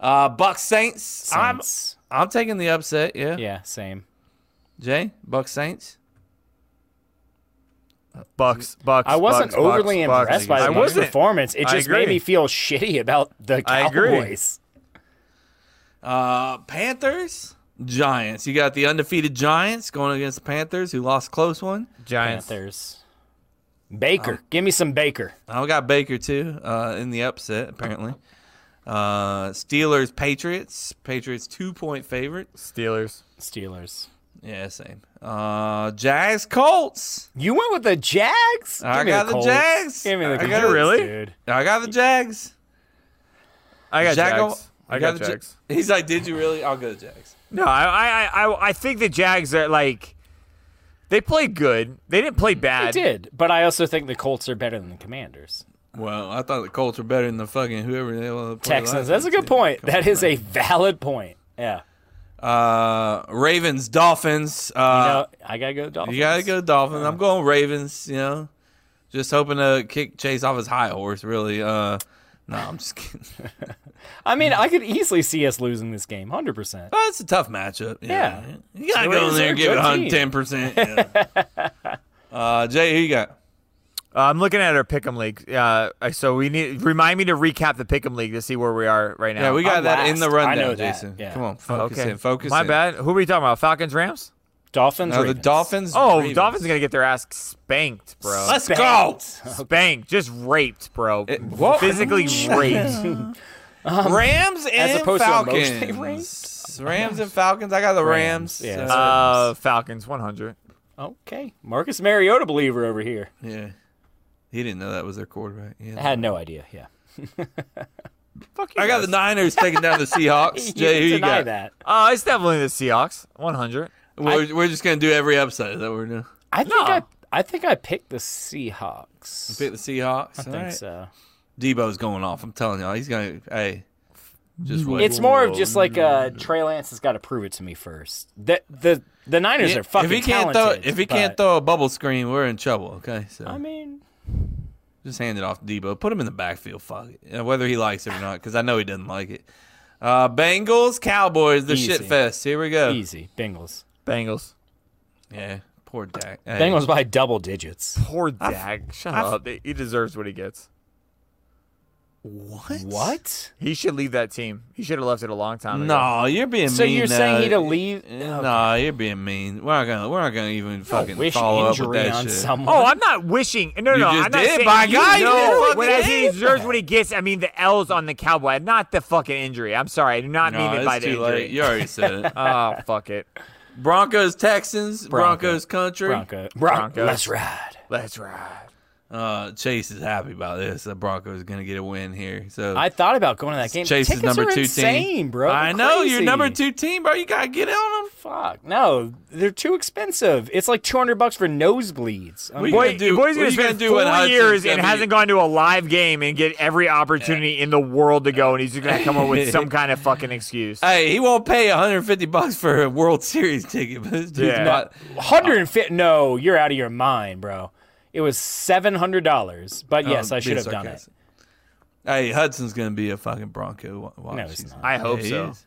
Speaker 2: uh, Bucks Saints. I'm
Speaker 6: Saints.
Speaker 2: I'm taking the upset. Yeah.
Speaker 6: yeah, same.
Speaker 2: Jay, Bucks Saints.
Speaker 1: Bucks. Bucks.
Speaker 6: I wasn't
Speaker 1: Bucks,
Speaker 6: overly
Speaker 1: Bucks,
Speaker 6: impressed
Speaker 1: Bucks.
Speaker 6: by
Speaker 1: I
Speaker 6: the Bucs'
Speaker 1: wasn't.
Speaker 6: performance. It
Speaker 1: I
Speaker 6: just made
Speaker 1: agree.
Speaker 6: me feel shitty about the
Speaker 1: I agree.
Speaker 6: Cowboys.
Speaker 2: Uh, Panthers. Giants. You got the undefeated Giants going against the Panthers, who lost a close one.
Speaker 1: Giants.
Speaker 6: Panthers. Baker.
Speaker 2: Oh.
Speaker 6: Give me some Baker.
Speaker 2: I got Baker too uh, in the upset apparently. Uh, Steelers Patriots. Patriots two point favorite.
Speaker 1: Steelers.
Speaker 6: Steelers.
Speaker 2: Yeah, same. Uh, Jags Colts.
Speaker 6: You went with the Jags?
Speaker 2: I
Speaker 6: Give me
Speaker 2: got the
Speaker 6: Colts.
Speaker 2: Jags.
Speaker 6: Give me
Speaker 2: I
Speaker 6: the
Speaker 2: got
Speaker 6: Colts,
Speaker 2: it.
Speaker 1: Really?
Speaker 6: dude.
Speaker 2: I got the Jags.
Speaker 1: I got
Speaker 2: Jago-
Speaker 1: Jags. I got
Speaker 2: the Ja-
Speaker 1: Jags.
Speaker 2: He's like, did you really? I'll go to Jags.
Speaker 1: No, I, I, I, I think the Jags are like, they played good. They didn't play bad.
Speaker 6: I did, but I also think the Colts are better than the Commanders.
Speaker 2: Well, I thought the Colts were better than the fucking whoever they were.
Speaker 6: Texans. That's a good point. That is a valid point. Yeah.
Speaker 2: Uh, Ravens, Dolphins. Uh,
Speaker 6: no, I gotta go Dolphins.
Speaker 2: you gotta go Dolphins. I'm going Ravens. You know, just hoping to kick Chase off his high horse. Really. Uh, no, I'm just kidding.
Speaker 6: I mean, I could easily see us losing this game, hundred percent.
Speaker 2: But Oh, it's a tough matchup. you
Speaker 6: Yeah.
Speaker 2: know. You gotta
Speaker 6: The
Speaker 2: go in
Speaker 6: Ravens
Speaker 2: there
Speaker 6: are a
Speaker 2: and give it
Speaker 6: good
Speaker 2: 110. percent Uh, Jay, who you got?
Speaker 1: Uh, I'm looking at our pick'em league. Uh, so we need remind me to recap the pick'em league to see where we are right now. Uh,
Speaker 2: Yeah, we got
Speaker 6: I'm
Speaker 2: that in
Speaker 6: last.
Speaker 2: the
Speaker 6: I
Speaker 2: rundown,
Speaker 6: know that,
Speaker 2: Jason.
Speaker 6: yeah.
Speaker 2: Come on, focus
Speaker 1: okay.
Speaker 2: in, focus.
Speaker 1: My
Speaker 2: in.
Speaker 1: bad. Who are we talking about? Falcons, Rams.
Speaker 6: Dolphins.
Speaker 2: No, the
Speaker 6: Ravens.
Speaker 2: Dolphins.
Speaker 1: Oh,
Speaker 2: Ravens.
Speaker 1: Dolphins are gonna get their ass spanked, bro.
Speaker 2: Let's go.
Speaker 1: Spanked, just raped, bro.
Speaker 2: It- what?
Speaker 1: Physically raped.
Speaker 2: Rams and
Speaker 6: Um, opposed to emotionally
Speaker 2: Falcons. Rams and Falcons. I got the Rams.
Speaker 6: Rams, yeah.
Speaker 2: so-
Speaker 1: Uh, Falcons 100.
Speaker 6: Okay, Marcus Mariota believer over here.
Speaker 2: yeah. He didn't know that was their quarterback. Yeah.
Speaker 6: I had no idea. Yeah.
Speaker 2: I got the Niners taking down the Seahawks. Jay, who you
Speaker 6: deny
Speaker 2: got?
Speaker 6: that.
Speaker 1: Uh, it's definitely the Seahawks 100.
Speaker 2: We're, we're just gonna do every episode. Is that what we're doing?
Speaker 6: I think I,
Speaker 1: No.
Speaker 6: I think I picked the Seahawks.
Speaker 2: Pick the Seahawks. I
Speaker 6: I think so.
Speaker 2: Debo's going off. I'm telling y'all, he's gonna. Hey, just wait.
Speaker 6: It's more of just like uh, Trey Lance has got to prove it to me first. The the the Niners are fucking
Speaker 2: if he can't
Speaker 6: talented.
Speaker 2: throw, if he can't
Speaker 6: but,
Speaker 2: throw a bubble screen, we're in trouble. Okay, so
Speaker 6: I mean,
Speaker 2: just hand it off to Debo. Put him in the backfield. Fuck it, Uh, whether he likes it or not, because I know he doesn't like it. Uh, Bengals, Cowboys, the
Speaker 6: Easy.
Speaker 2: shit fest. Here we go.
Speaker 6: easy Bengals.
Speaker 1: Bengals.
Speaker 2: Yeah, poor Dak. Hey,
Speaker 6: Bengals by double digits.
Speaker 1: Poor Dak. Shut up. He deserves what he gets.
Speaker 2: What?
Speaker 6: What?
Speaker 1: He should leave that team. He should have left it a long time ago.
Speaker 2: No, you're being
Speaker 6: So
Speaker 2: mean.
Speaker 6: you're saying
Speaker 2: now.
Speaker 6: he to leave?
Speaker 2: No, you're being mean. We're not gonna. We're not gonna even fucking
Speaker 6: wish
Speaker 2: follow up with
Speaker 6: injury
Speaker 2: that
Speaker 6: on
Speaker 2: shit.
Speaker 6: someone.
Speaker 1: Oh, I'm not wishing. No,
Speaker 2: You
Speaker 1: no,
Speaker 2: just
Speaker 1: I'm not
Speaker 2: did,
Speaker 1: saying.
Speaker 2: by God, you
Speaker 1: no,
Speaker 2: did.
Speaker 1: when I say he
Speaker 2: Fucking
Speaker 1: deserves what he gets, I mean the L's on the Cowboy, not the fucking injury. I'm sorry, I do not
Speaker 2: No,
Speaker 1: mean it
Speaker 2: it's
Speaker 1: by the
Speaker 2: too
Speaker 1: injury.
Speaker 2: late. You already said it.
Speaker 1: Oh, fuck it.
Speaker 2: Broncos, Texans,
Speaker 6: Bronco.
Speaker 2: Broncos country.
Speaker 6: Bronco.
Speaker 1: Bronco.
Speaker 6: Let's ride.
Speaker 1: Let's ride.
Speaker 2: Uh, Chase is happy about this. The Broncos going to get a win here. So
Speaker 6: I thought about going to that game.
Speaker 2: Chase is
Speaker 6: Tickets
Speaker 2: number
Speaker 6: are
Speaker 2: two
Speaker 6: insane,
Speaker 2: team,
Speaker 6: bro.
Speaker 2: I
Speaker 6: They're
Speaker 2: know you're
Speaker 6: crazy.
Speaker 2: number two team, bro. You got to get on them.
Speaker 6: Fuck no, they're too expensive. It's like 200 bucks for nosebleeds. I'm
Speaker 2: We-
Speaker 1: Boy,
Speaker 2: gonna
Speaker 6: like,
Speaker 2: do-
Speaker 1: boy's
Speaker 2: what
Speaker 1: gonna
Speaker 2: are you gonna
Speaker 1: spend
Speaker 2: do
Speaker 1: four
Speaker 2: when Hudson's
Speaker 1: years and
Speaker 2: gonna be-
Speaker 1: hasn't gone to a live game and get every opportunity in the world to go, and he's just gonna come up with some kind of fucking excuse.
Speaker 2: Hey, he won't pay 150 bucks for a World Series ticket, but this dude's
Speaker 1: Yeah.
Speaker 2: um, not.
Speaker 6: 150. No, you're out of your mind, bro. It was $700. But yes,
Speaker 2: um,
Speaker 6: I should
Speaker 2: being
Speaker 6: have done it.
Speaker 2: sarcastic. Hey, Hudson's going to be a fucking Bronco. Wa- Watch.
Speaker 6: No, he's not.
Speaker 1: I hope
Speaker 2: Yeah, he
Speaker 1: so.
Speaker 2: is.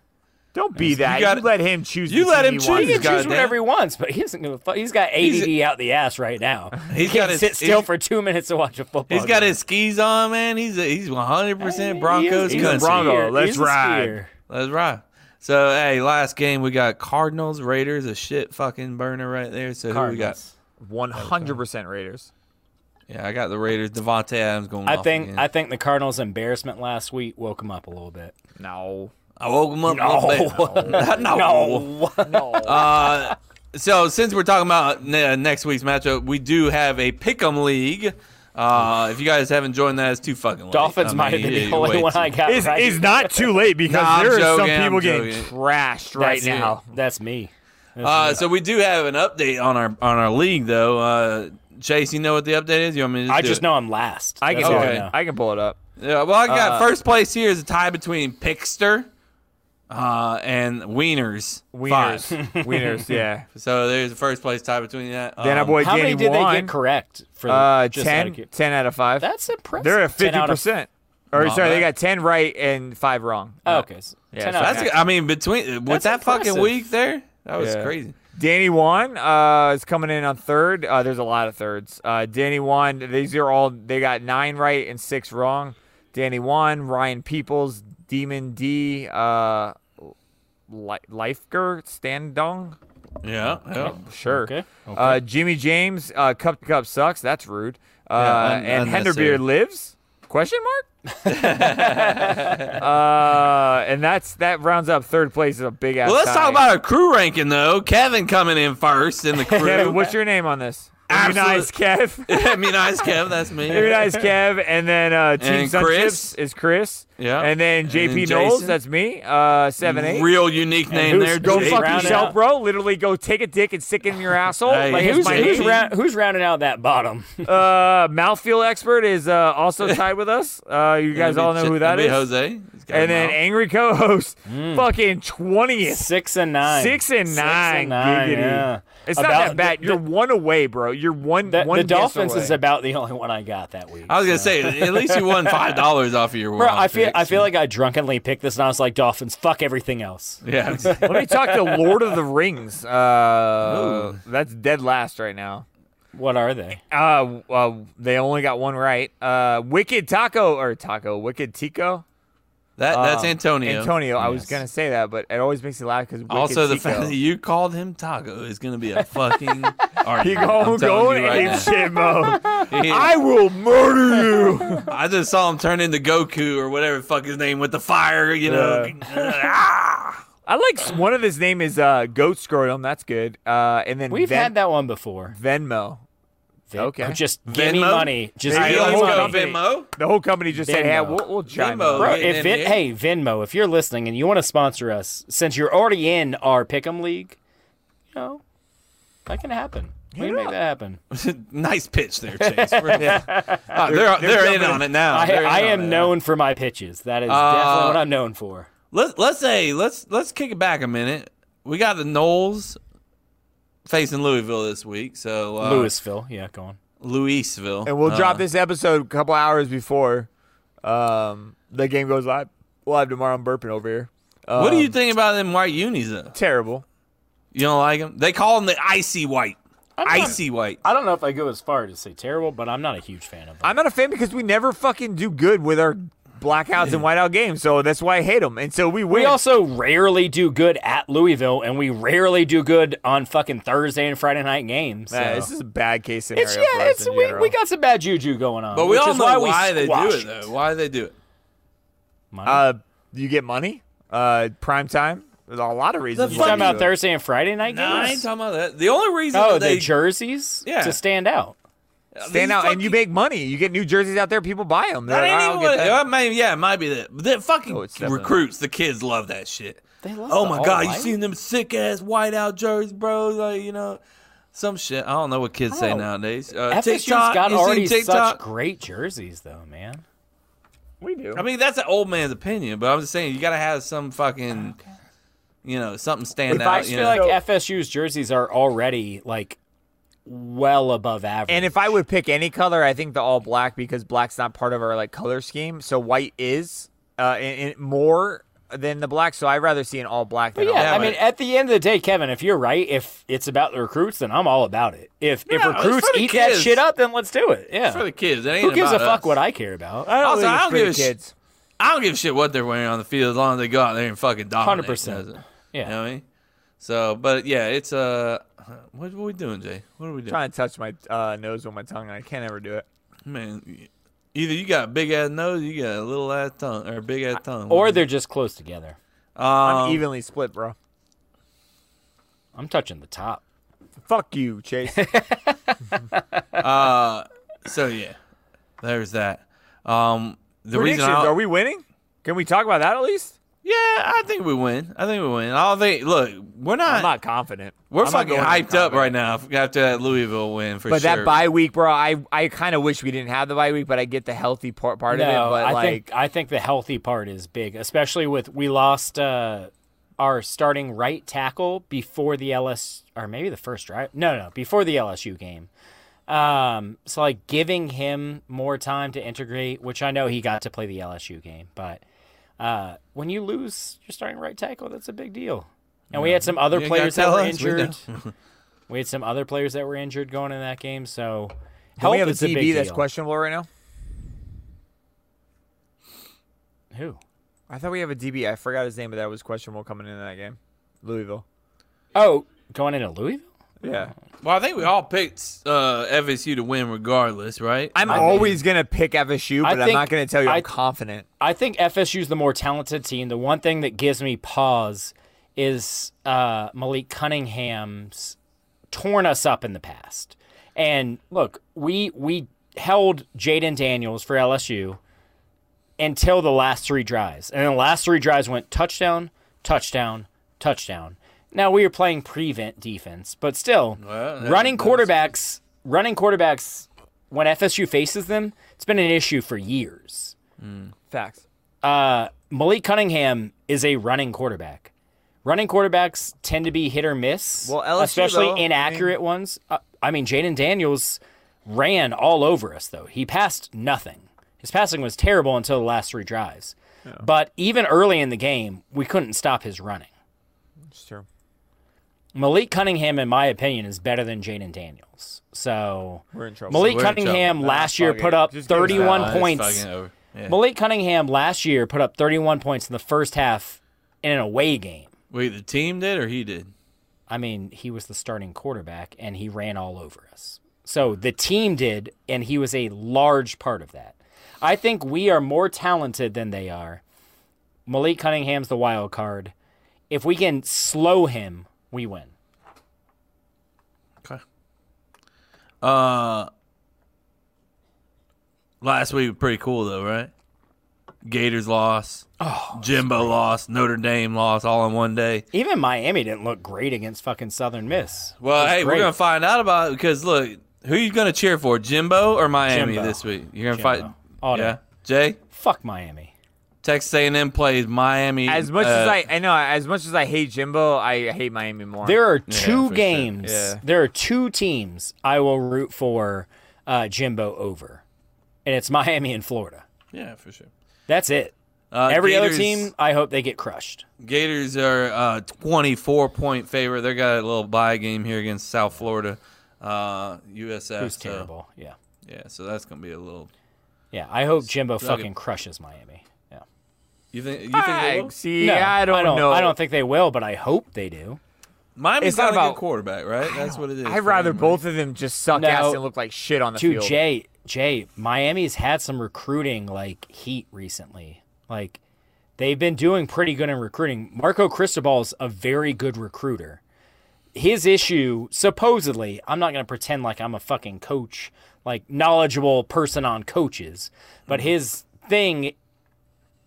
Speaker 1: Don't be that. You,
Speaker 2: gotta-
Speaker 1: let him choose.
Speaker 2: you
Speaker 1: the
Speaker 2: let
Speaker 1: team
Speaker 2: him
Speaker 1: he wants.
Speaker 2: choose,
Speaker 6: He can choose
Speaker 2: goddamn.
Speaker 6: whatever he wants, but he doesn't give a fuck. He's got ADD out the ass right now. He
Speaker 2: He's got
Speaker 6: can't
Speaker 2: his-
Speaker 6: sit still
Speaker 2: he's-
Speaker 6: for two minutes to watch a football.
Speaker 2: He's got
Speaker 6: game.
Speaker 2: his skis on, man. He's a, he's 100% Broncos
Speaker 6: He's a
Speaker 2: country.
Speaker 1: Bronco.
Speaker 6: skier.
Speaker 1: Let's
Speaker 6: He's a
Speaker 1: ride.
Speaker 6: skier.
Speaker 2: That's right. So hey, last game we got Cardinals Raiders a shit fucking burner right there. So who we got?
Speaker 6: Cardinals.
Speaker 1: One hundred percent Raiders.
Speaker 2: Yeah, I got the Raiders. Devontae Adams going.
Speaker 6: I
Speaker 2: off
Speaker 6: think
Speaker 2: again.
Speaker 6: I think the Cardinals' embarrassment last week woke him up a little bit.
Speaker 1: No.
Speaker 2: I woke him up. a little bit. no. Uh, so since we're talking about ne- next week's matchup, we do have a pick'em league. Uh, if you guys haven't joined that, it's too fucking late.
Speaker 6: Dolphins
Speaker 2: I mean,
Speaker 6: might have been
Speaker 2: yeah,
Speaker 6: the
Speaker 2: you're
Speaker 6: only
Speaker 2: way
Speaker 6: one
Speaker 2: too-
Speaker 6: I got.
Speaker 1: It's,
Speaker 6: right.
Speaker 1: it's not too late because
Speaker 2: Nah, I'm
Speaker 1: there are
Speaker 2: joking,
Speaker 1: some
Speaker 2: I'm
Speaker 1: people getting
Speaker 2: joking.
Speaker 1: trashed right
Speaker 6: That's it.
Speaker 1: now.
Speaker 6: That's me.
Speaker 2: Uh, so we do have an update on our on our league though. Uh, Chase, you know what the update is? You want me to
Speaker 6: I
Speaker 2: do
Speaker 6: just
Speaker 2: it?
Speaker 6: know I'm last.
Speaker 1: I can
Speaker 6: That's
Speaker 1: pull
Speaker 6: all
Speaker 2: okay.
Speaker 1: it.
Speaker 6: know.
Speaker 1: I can pull it up.
Speaker 2: Yeah, well, I
Speaker 1: Uh,
Speaker 2: got first place here is a tie between Pickster uh, and Wieners.
Speaker 1: Wieners.
Speaker 2: Five.
Speaker 1: Wieners. Yeah.
Speaker 2: so there's a first place tie between that. Um,
Speaker 1: Then our boy
Speaker 6: How
Speaker 1: Danny
Speaker 6: many did
Speaker 1: won.
Speaker 6: they get correct for the,
Speaker 1: Uh,
Speaker 6: just
Speaker 1: 10,
Speaker 6: out of cu-
Speaker 1: 10 out of five.
Speaker 6: That's impressive.
Speaker 1: They're at
Speaker 6: 10
Speaker 1: fifty
Speaker 6: out of-
Speaker 1: percent. Or
Speaker 2: Not
Speaker 1: sorry, they
Speaker 2: bad.
Speaker 1: got ten right and five wrong.
Speaker 6: Oh, okay, so
Speaker 1: Yeah,
Speaker 6: 10
Speaker 1: so
Speaker 6: out of
Speaker 2: That's.
Speaker 6: 10.
Speaker 2: I mean, between with
Speaker 6: That's
Speaker 2: that fucking
Speaker 6: impressive.
Speaker 2: week there, that was
Speaker 1: Yeah.
Speaker 2: crazy.
Speaker 1: Danny Wan uh, is coming in on third. Uh, there's a lot of thirds. Uh, Danny Wan, these are all they got nine right and six wrong. Danny Wan, Ryan Peoples, Demon D, uh, Li- Lifeger, Standong,
Speaker 2: Yeah. yeah.
Speaker 1: sure.
Speaker 6: Okay,
Speaker 1: Uh, Jimmy James, uh, Cup to Cup sucks. That's rude. Uh,
Speaker 2: un-
Speaker 1: and
Speaker 2: unnecessary.
Speaker 1: Henderbeard lives? Question mark. uh, and that's that rounds up third place is a big ass.
Speaker 2: Well, let's
Speaker 1: tie.
Speaker 2: talk about our crew ranking though. Kevin coming in first in the crew.
Speaker 1: Kevin, what's your name on this? Are you
Speaker 2: Absolute-
Speaker 1: nice, Kev.
Speaker 2: I mean, nice Kev. That's me.
Speaker 1: Very nice, Kev. And then uh, Team
Speaker 2: And
Speaker 1: Sun
Speaker 2: Chris.
Speaker 1: Chips is Chris.
Speaker 2: Yeah.
Speaker 1: And then
Speaker 2: And
Speaker 1: JP
Speaker 2: then
Speaker 1: Knowles,
Speaker 2: Jason.
Speaker 1: that's me, uh, seven eight.
Speaker 2: Real unique name
Speaker 6: who's-
Speaker 2: there.
Speaker 1: Go
Speaker 2: Jake.
Speaker 1: fuck
Speaker 6: Brown
Speaker 1: yourself,
Speaker 6: out.
Speaker 1: bro. Literally, go take a dick and stick it in your asshole.
Speaker 2: Hey,
Speaker 1: Like, it's
Speaker 6: Who's,
Speaker 1: my
Speaker 6: who's,
Speaker 1: name.
Speaker 6: round, who's rounding out that bottom?
Speaker 1: Uh, mouthfeel expert is uh, also tied with us. Uh, you guys
Speaker 2: It'll be
Speaker 1: all know
Speaker 2: Ch-
Speaker 1: who that
Speaker 2: it'll be
Speaker 1: is.
Speaker 2: Jose. He's got
Speaker 1: And
Speaker 2: him
Speaker 1: then
Speaker 2: out.
Speaker 1: angry co-host, fucking twentieth,
Speaker 6: Six and nine.
Speaker 1: six and nine. giggity.
Speaker 6: yeah.
Speaker 1: It's
Speaker 6: About-
Speaker 1: not that bad.
Speaker 6: the-
Speaker 1: You're one away, bro. You're one.
Speaker 6: The,
Speaker 1: one
Speaker 6: the
Speaker 1: guess
Speaker 6: Dolphins
Speaker 1: away.
Speaker 6: is about the only one I got that week.
Speaker 2: I was gonna say, at least you won five dollars off of your
Speaker 6: Bro,
Speaker 2: one.
Speaker 6: I feel I feel like I drunkenly picked this, and I was like, "Dolphins, fuck everything else."
Speaker 2: yeah.
Speaker 1: Let me talk to Lord of the Rings. Uh, that's dead last right now.
Speaker 6: What are they?
Speaker 1: Uh, uh, they only got one right. Uh, Wicked Taco or Taco Wicked Tico.
Speaker 2: That that's
Speaker 1: Uh,
Speaker 2: Antonio.
Speaker 1: Antonio. I was gonna say that, but it always makes me laugh because
Speaker 2: Also, the
Speaker 1: Tico.
Speaker 2: fact that you called him Taco is gonna be a fucking argument.
Speaker 1: He
Speaker 2: I'm
Speaker 1: going
Speaker 2: telling
Speaker 1: going
Speaker 2: you right
Speaker 1: ape
Speaker 2: now.
Speaker 1: shit mode.
Speaker 2: He-
Speaker 1: I will murder you.
Speaker 2: I just saw him turn into Goku or whatever the fuck his name with the fire. You know. Ah,
Speaker 1: I like s- one of his name is uh, Goat Scrotum. That's good. Uh, and then
Speaker 6: We've
Speaker 1: Ven-
Speaker 6: had that one before.
Speaker 1: Venmo.
Speaker 6: Vin-
Speaker 1: Okay.
Speaker 6: oh, Just give me
Speaker 2: Venmo?
Speaker 6: money. Just
Speaker 1: Hey,
Speaker 6: give
Speaker 1: let's
Speaker 6: me
Speaker 1: go,
Speaker 6: money.
Speaker 1: Vin-
Speaker 2: Venmo.
Speaker 1: The whole company just said, "Hey,
Speaker 6: Venmo.
Speaker 1: we'll, we'll chime
Speaker 2: Venmo.
Speaker 1: in."
Speaker 6: Bro,
Speaker 2: Getting
Speaker 6: if
Speaker 2: in
Speaker 6: Vin-
Speaker 2: here.
Speaker 6: hey Venmo, if you're listening and you want to sponsor us, since you're already in our pick'em league, you know that can happen. We can make that happen.
Speaker 2: nice pitch there, Chase. Really. Uh, they're they're, in on it now.
Speaker 6: I,
Speaker 2: They're in
Speaker 6: I
Speaker 2: on it.
Speaker 6: am known for my pitches. That is
Speaker 2: Uh,
Speaker 6: definitely what I'm known for.
Speaker 2: Let, let's say let's let's kick it back a minute. We got the Knowles facing Louisville this week, so uh,
Speaker 6: Louisville, yeah, go on.
Speaker 2: Louisville,
Speaker 1: And we'll
Speaker 2: Uh,
Speaker 1: drop this episode a couple hours before um, the game goes live. Live tomorrow. I'm burping over here.
Speaker 2: What do you
Speaker 1: Um,
Speaker 2: think about them white unis though?
Speaker 1: Terrible.
Speaker 2: You don't like them? They call them the icy white, icy white.
Speaker 6: I don't know if I go as far to say terrible, but I'm not a huge fan of them.
Speaker 1: I'm not a fan because we never fucking do good with our blackouts and whiteout games, so that's why I hate them. And so we win.
Speaker 6: We also rarely do good at Louisville, and we rarely do good on fucking Thursday and Friday night games.
Speaker 1: Nah,
Speaker 6: so-
Speaker 1: Uh, this is a bad case scenario.
Speaker 6: it's
Speaker 1: for
Speaker 6: yeah,
Speaker 1: us
Speaker 6: it's
Speaker 1: in
Speaker 6: we,
Speaker 1: general.
Speaker 6: we got some bad juju going on.
Speaker 2: but we
Speaker 6: which
Speaker 2: all
Speaker 6: is
Speaker 2: know
Speaker 6: why,
Speaker 2: why,
Speaker 6: we
Speaker 2: they do
Speaker 6: squash
Speaker 2: it though. Why they do it?
Speaker 6: Money.
Speaker 1: Uh, you get money. Uh, prime time. There's a lot of reasons.
Speaker 2: The
Speaker 6: you
Speaker 1: why
Speaker 6: talking
Speaker 1: we do
Speaker 6: about
Speaker 1: it.
Speaker 6: Thursday and Friday night
Speaker 2: No, I ain't
Speaker 6: games?
Speaker 2: talking about that. The only reason
Speaker 6: oh,
Speaker 2: that they
Speaker 6: the jerseys
Speaker 2: Yeah.
Speaker 6: to stand out.
Speaker 1: Stand out, and you make money. You get new jerseys out there. People buy them.
Speaker 2: That
Speaker 1: They're
Speaker 2: ain't
Speaker 1: like,
Speaker 2: even
Speaker 1: "I'll
Speaker 2: what.
Speaker 1: get that."
Speaker 2: It, may, yeah, it might be that. But that fucking
Speaker 1: Oh, it's definitely-
Speaker 2: recruits, the kids love that shit.
Speaker 6: They love
Speaker 2: oh
Speaker 6: the
Speaker 2: my
Speaker 6: all
Speaker 2: god,
Speaker 6: white.
Speaker 2: you seen them sick ass white out jerseys, bro? Like you know, some shit. I don't know what kids say
Speaker 6: Oh.
Speaker 2: nowadays. Uh,
Speaker 6: FSU's
Speaker 2: TikTok,
Speaker 6: got
Speaker 2: you
Speaker 6: already
Speaker 2: seen TikTok?
Speaker 6: such great jerseys, though, man.
Speaker 1: We do.
Speaker 2: I mean, that's an old man's opinion, but I'm just saying you gotta have some fucking, you know, something stand
Speaker 1: If I
Speaker 2: out.
Speaker 6: I
Speaker 2: you
Speaker 6: feel
Speaker 2: know.
Speaker 6: like FSU's jerseys are already like well above average.
Speaker 1: And if I would pick any color, I think the all black because black's not part of our like color scheme. So white is uh in, in more than the black. So I'd rather see an all black than
Speaker 6: But yeah,
Speaker 2: Yeah,
Speaker 6: I
Speaker 2: but-
Speaker 6: mean, at the end of the day, Kevin, if you're right, if it's about the recruits, then I'm all about it. If if
Speaker 2: No, it's
Speaker 6: recruits
Speaker 2: for the
Speaker 6: eat that
Speaker 2: kids.
Speaker 6: shit up, then let's do it. Yeah.
Speaker 2: It's for the kids. It ain't
Speaker 6: Who gives a
Speaker 2: about
Speaker 6: fuck
Speaker 2: us.
Speaker 6: what I care about?
Speaker 2: Also, I don't
Speaker 1: for the
Speaker 2: give a shit.
Speaker 1: kids.
Speaker 2: I don't give a shit what they're wearing on the field as long as they go out there and fucking dominate.
Speaker 6: 100%.
Speaker 2: does it?
Speaker 6: Yeah.
Speaker 2: You know what I mean? So, but yeah, it's uh, what, what are we doing, Jay? What are we doing?
Speaker 1: trying to touch my uh, nose with my tongue, and I can't ever do it.
Speaker 2: Man, either you got a big ass nose, you got a little ass tongue, or a big ass tongue.
Speaker 6: Or they're just close together.
Speaker 1: I'm
Speaker 2: um,
Speaker 1: evenly split, bro.
Speaker 6: I'm touching the top.
Speaker 1: Fuck you, Chase.
Speaker 2: uh, So yeah, there's that. Um, the
Speaker 1: Predictions?
Speaker 2: reason I,
Speaker 1: Are we winning? Can we talk about that at least?
Speaker 2: yeah, I think we win. I think we win. I don't think. Look, we're
Speaker 1: I'm
Speaker 2: not.
Speaker 1: not confident.
Speaker 2: we're
Speaker 1: I'm not
Speaker 2: fucking
Speaker 1: going in
Speaker 2: hyped up
Speaker 1: confident.
Speaker 2: right now after that Louisville win for
Speaker 1: But
Speaker 2: sure.
Speaker 1: that bye week, bro, I, I kind of wish we didn't have the bye week, but I get the healthy part, part
Speaker 6: No,
Speaker 1: of it. But
Speaker 6: I
Speaker 1: like,
Speaker 6: think I think the healthy part is big, especially with we lost uh, our starting right tackle before the LS or maybe the first drive. No, no, before the LSU game. Um, so like giving him more time to integrate, which I know he got to play the LSU game, but uh, when you lose your starting right tackle, that's a big deal. And we had some other
Speaker 2: You ain't gotta
Speaker 6: players that
Speaker 2: tell
Speaker 6: were
Speaker 2: us, we know.
Speaker 6: injured. we had some other players that were injured going in that game, so
Speaker 1: do
Speaker 6: help
Speaker 1: we have a
Speaker 6: is big
Speaker 1: DB that's
Speaker 6: deal.
Speaker 1: questionable right now?
Speaker 6: Who?
Speaker 1: I thought we have a DB. I forgot his name, but that was questionable coming into that game. Louisville.
Speaker 6: Oh, going into Louisville?
Speaker 1: Yeah.
Speaker 2: Well, I think we all picked uh, FSU to win regardless, right?
Speaker 1: I'm always going to pick FSU,
Speaker 6: I
Speaker 1: but I'm
Speaker 6: think-
Speaker 1: not going to tell you
Speaker 6: I-
Speaker 1: I'm confident.
Speaker 6: I think FSU's the more talented team. The one thing that gives me pause is uh, Malik Cunningham's torn us up in the past. And look, we we held Jaden Daniels for LSU until the last three drives. And then the last three drives went touchdown, touchdown, touchdown. Now we are playing prevent defense, but still
Speaker 2: Well, that-
Speaker 6: running
Speaker 2: that's-
Speaker 6: quarterbacks running quarterbacks when FSU faces them, it's been an issue for years.
Speaker 1: Facts.
Speaker 6: Malik Cunningham is a running quarterback. Running quarterbacks tend to be hit or miss,
Speaker 1: Well, LSU,
Speaker 6: especially
Speaker 1: though, I mean-
Speaker 6: inaccurate ones. Uh, I mean, Jaden Daniels ran all over us, though. He passed nothing. His passing was terrible until the last three drives. But even early in the game, we couldn't stop his running.
Speaker 1: It's true.
Speaker 6: Malik Cunningham, in my opinion, is better than Jaden Daniels. So
Speaker 1: We're in trouble.
Speaker 6: Malik
Speaker 2: We're in trouble.
Speaker 6: Cunningham
Speaker 2: Nah,
Speaker 6: last year
Speaker 1: fuck
Speaker 6: put
Speaker 1: it.
Speaker 6: up
Speaker 1: Just give us that.
Speaker 2: Uh,
Speaker 6: 31
Speaker 2: it's
Speaker 6: points.
Speaker 2: fucking over. Yeah.
Speaker 6: Malik Cunningham last year put up 31 points in the first half in an away game.
Speaker 2: Wait, the team did or he did?
Speaker 6: I mean, he was the starting quarterback and he ran all over us. So the team did, and he was a large part of that. I think we are more talented than they are. Malik Cunningham's the wild card. If we can slow him, we win.
Speaker 2: Okay. Uh, last week was pretty cool though, right? Gators lost. Oh, Jimbo lost. Notre Dame lost all in one day.
Speaker 6: Even Miami didn't look great against fucking Southern Miss.
Speaker 2: Well,
Speaker 6: It was
Speaker 2: hey,
Speaker 6: great.
Speaker 2: we're gonna find out about it because look, who you gonna cheer for, Jimbo or Miami
Speaker 6: Jimbo.
Speaker 2: this week? You're gonna
Speaker 6: Jimbo.
Speaker 2: fight.
Speaker 6: All day.
Speaker 2: yeah, Jay.
Speaker 6: Fuck Miami.
Speaker 2: Texas A&M plays Miami.
Speaker 1: As much
Speaker 2: uh,
Speaker 1: as I, I know, as much as I hate Jimbo, I hate Miami more.
Speaker 6: There are
Speaker 2: for
Speaker 6: two
Speaker 2: sure.
Speaker 6: games.
Speaker 1: Yeah.
Speaker 6: There are two teams I will root for uh, Jimbo over, and it's Miami and Florida.
Speaker 2: yeah, for sure.
Speaker 6: That's it.
Speaker 2: Uh,
Speaker 6: Every other
Speaker 2: Gators-
Speaker 6: team, I hope they get crushed.
Speaker 2: Gators are uh, 24 point favorite. They got a little bye game here against South Florida, uh, USF.
Speaker 6: It was
Speaker 2: so,
Speaker 6: terrible. Yeah,
Speaker 2: Yeah, so that's gonna be a little.
Speaker 6: yeah. I hope Jimbo fucking
Speaker 2: it.
Speaker 6: crushes Miami. Yeah.
Speaker 2: You think? You think they
Speaker 1: I-
Speaker 2: will?
Speaker 1: see, I don't,
Speaker 6: I don't
Speaker 1: know.
Speaker 6: I don't think they will, but I hope they do.
Speaker 2: Miami's
Speaker 1: it's not
Speaker 2: got a
Speaker 1: about-
Speaker 2: good quarterback, right? That's what it is.
Speaker 1: I'd
Speaker 2: for
Speaker 1: rather
Speaker 2: them, right?
Speaker 1: both of them just suck
Speaker 6: No.
Speaker 1: ass and look like shit on the
Speaker 6: Dude,
Speaker 1: field.
Speaker 6: Jay, Jay, Miami's had some recruiting like heat recently. Like they've been doing pretty good in recruiting. Marco Cristobal's a very good recruiter. His issue, supposedly, I'm not going to pretend like I'm a fucking coach, like knowledgeable person on coaches, but
Speaker 2: Mm-hmm.
Speaker 6: his thing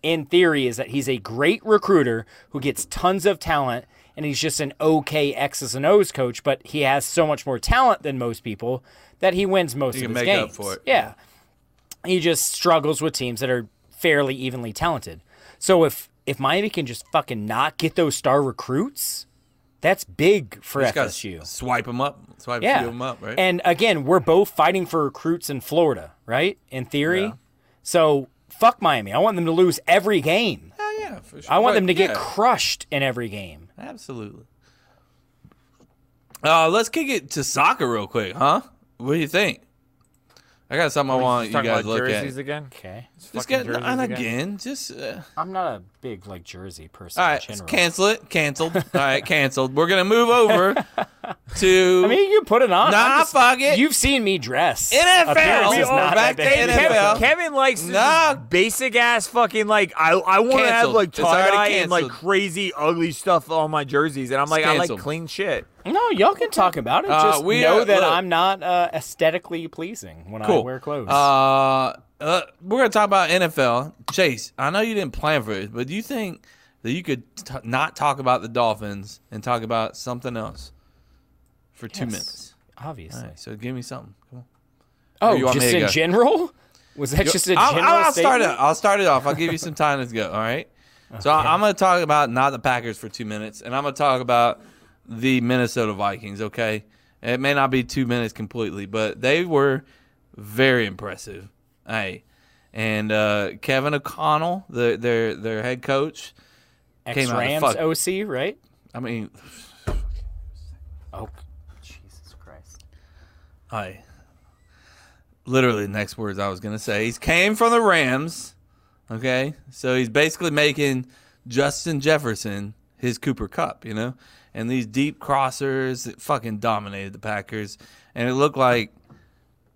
Speaker 6: in theory is that he's a great recruiter who gets tons of talent and he's just an okay X's and O's coach, but he has so much more talent than most people that he wins most
Speaker 2: He
Speaker 6: of
Speaker 2: can
Speaker 6: his
Speaker 2: make up
Speaker 6: games.
Speaker 2: for it.
Speaker 6: Yeah. He just struggles with teams that are fairly evenly talented. So if if Miami can just fucking not get those star recruits, that's big for
Speaker 2: Just gotta
Speaker 6: FSU.
Speaker 2: Swipe them up. Swipe
Speaker 6: Yeah.
Speaker 2: them up, right?
Speaker 6: And again, we're both fighting for recruits in Florida, right? In theory. So fuck Miami. I want them to lose every game.
Speaker 2: yeah, yeah, for sure.
Speaker 6: I want them to
Speaker 2: Right,
Speaker 6: get
Speaker 2: yeah.
Speaker 6: crushed in every game.
Speaker 2: Absolutely. Uh, let's kick it to soccer real quick, huh? What do you think? I got something I want
Speaker 1: Just
Speaker 2: you
Speaker 1: talking
Speaker 2: guys to
Speaker 1: about
Speaker 2: look
Speaker 1: jerseys
Speaker 2: at.
Speaker 1: again.
Speaker 6: Okay.
Speaker 2: Just
Speaker 1: fucking
Speaker 2: get on
Speaker 1: jerseys
Speaker 2: again.
Speaker 1: again.
Speaker 2: Just uh,
Speaker 6: I'm not a big like jersey person.
Speaker 2: all
Speaker 6: in
Speaker 2: right,
Speaker 6: general.
Speaker 2: cancel it. Canceled. All right, canceled. We're gonna move over to
Speaker 6: I mean, you can put it on.
Speaker 2: Nah,
Speaker 6: I'm just-
Speaker 2: fuck it.
Speaker 6: You've seen me dress.
Speaker 2: NFL.
Speaker 6: Appearance
Speaker 2: We
Speaker 6: is
Speaker 2: are
Speaker 6: not
Speaker 2: back
Speaker 6: that big
Speaker 2: to
Speaker 6: of a deal.
Speaker 2: NFL.
Speaker 1: Kevin likes this
Speaker 2: Nah.
Speaker 1: basic ass fucking like I I want to have
Speaker 2: Canceled.
Speaker 1: like
Speaker 2: It's already
Speaker 1: tie dye and like
Speaker 2: canceled.
Speaker 1: crazy ugly stuff on my jerseys, and I'm like I
Speaker 2: canceled.
Speaker 1: like clean shit.
Speaker 6: No, y'all can talk about it.
Speaker 2: Uh,
Speaker 6: Just
Speaker 2: we
Speaker 6: know
Speaker 2: are-
Speaker 6: that
Speaker 2: look.
Speaker 6: I'm not uh, aesthetically pleasing when I
Speaker 2: cool.
Speaker 6: wear clothes.
Speaker 2: Uh, uh, we're gonna talk about NFL. Chase, I know you didn't plan for it, but do you think that you could t- not talk about the Dolphins and talk about something else for two
Speaker 6: Yes.
Speaker 2: minutes?
Speaker 6: obviously.
Speaker 2: All right, so give me something. Come on.
Speaker 6: Oh,
Speaker 2: Or you want me
Speaker 6: just
Speaker 2: to
Speaker 6: in
Speaker 2: go?
Speaker 6: general? Was that just a
Speaker 2: I'll,
Speaker 6: general
Speaker 2: I'll, I'll start
Speaker 6: statement?
Speaker 2: it. I'll start it off. I'll give you some time to go. All right. So I- I'm going to talk about not the Packers for two minutes, and I'm going to talk about the Minnesota Vikings. Okay, it may not be two minutes completely, but they were very impressive. Hey, and uh, Kevin O'Connell, the, their their head coach.
Speaker 6: Ex
Speaker 2: Came out and
Speaker 6: Rams
Speaker 2: fucked.
Speaker 6: OC, right?
Speaker 2: I mean,
Speaker 6: Oh, Jesus Christ.
Speaker 2: I literally the next words I was gonna say. He's came from the Rams. Okay, so he's basically making Justin Jefferson his Cooper Cup, you know, and these deep crossers that fucking dominated the Packers, and it looked like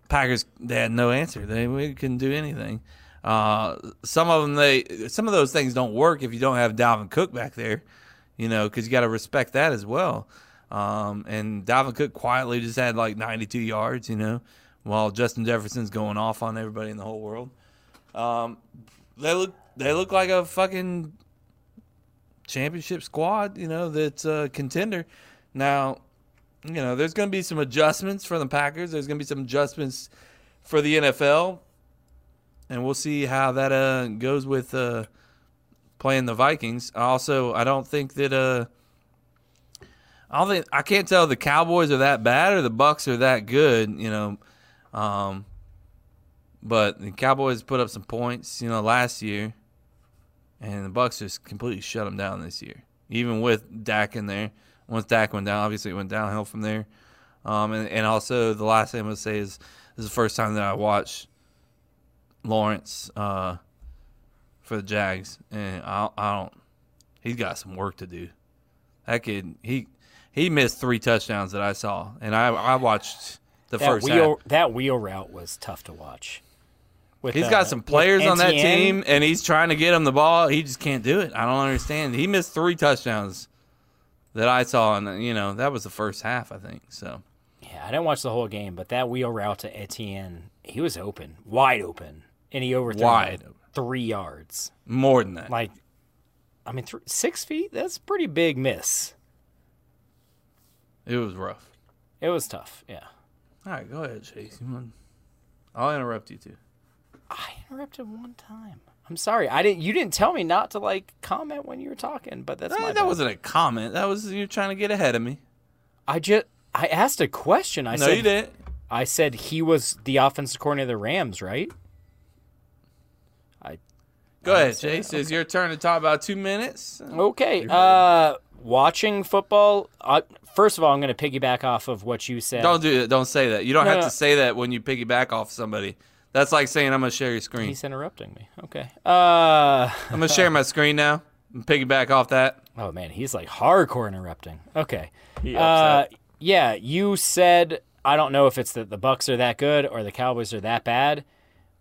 Speaker 2: Packers they had no answer. They we couldn't do anything. Uh, some of them they some of those things don't work if you don't have Dalvin Cook back there, you know, because you got to respect that as well. Um, and Dalvin Cook quietly just had like 92 yards, you know, while Justin Jefferson's going off on everybody in the whole world. Um, they look they look like a fucking championship squad, you know, that's a contender. Now, you know, there's going to be some adjustments for the Packers. There's going to be some adjustments for the NFL, and we'll see how that uh, goes with uh, playing the Vikings. Also, I don't think that uh, I don't think I can't tell if the Cowboys are that bad or the Bucks are that good. You know, um, but the Cowboys put up some points, you know, last year, and the Bucks just completely shut them down this year. Even with Dak in there, once Dak went down, obviously it went downhill from there. Um, and, and also the last thing I'm gonna say is this is the first time that I watched Lawrence uh, for the Jags, and I, I don't. He's got some work to do. That kid, he he missed three touchdowns that I saw, and I I watched the
Speaker 6: That
Speaker 2: first half.
Speaker 6: wheel that wheel route was tough to watch. With,
Speaker 2: He's
Speaker 6: uh,
Speaker 2: got some
Speaker 6: with
Speaker 2: players on that
Speaker 6: NTN.
Speaker 2: team, and he's trying to get him the ball. He just can't do it. I don't understand. He missed three touchdowns that I saw, and you know that was the first half, I think. So
Speaker 6: Yeah, I didn't watch the whole game, but that wheel route to Etienne, he was open, wide open, and he overthrew
Speaker 2: Wide
Speaker 6: it by three yards.
Speaker 2: more than that,
Speaker 6: Like, I mean, th- six feet? That's a pretty big miss.
Speaker 2: it was rough.
Speaker 6: It was tough. Yeah.
Speaker 2: All right, go ahead, Chase. You want- I'll interrupt you too.
Speaker 6: I interrupted one time. I'm sorry. I didn't. You didn't tell me not to like comment when you were talking, but that's
Speaker 2: Eh,
Speaker 6: my.
Speaker 2: That,
Speaker 6: bad.
Speaker 2: wasn't a comment. That was you trying to get ahead of me.
Speaker 6: I just. I asked a question. I
Speaker 2: no,
Speaker 6: said.
Speaker 2: you didn't.
Speaker 6: I said he was the offensive coordinator of the Rams, right? I
Speaker 2: Go ahead, Chase. It's your turn to talk about two minutes.
Speaker 6: Okay. Uh, watching football. Uh, first of all, I'm going to piggyback off of what you said.
Speaker 2: Don't do that. Don't say that. You don't
Speaker 6: No,
Speaker 2: have
Speaker 6: no.
Speaker 2: to say that when you piggyback off somebody. That's like saying I'm gonna share your screen.
Speaker 6: He's interrupting me. Okay. Uh,
Speaker 2: I'm gonna share my screen now. And piggyback off that.
Speaker 6: oh man, he's like hardcore interrupting. Okay. Uh, yeah, you said I don't know if it's that the Bucks are that good or the Cowboys are that bad.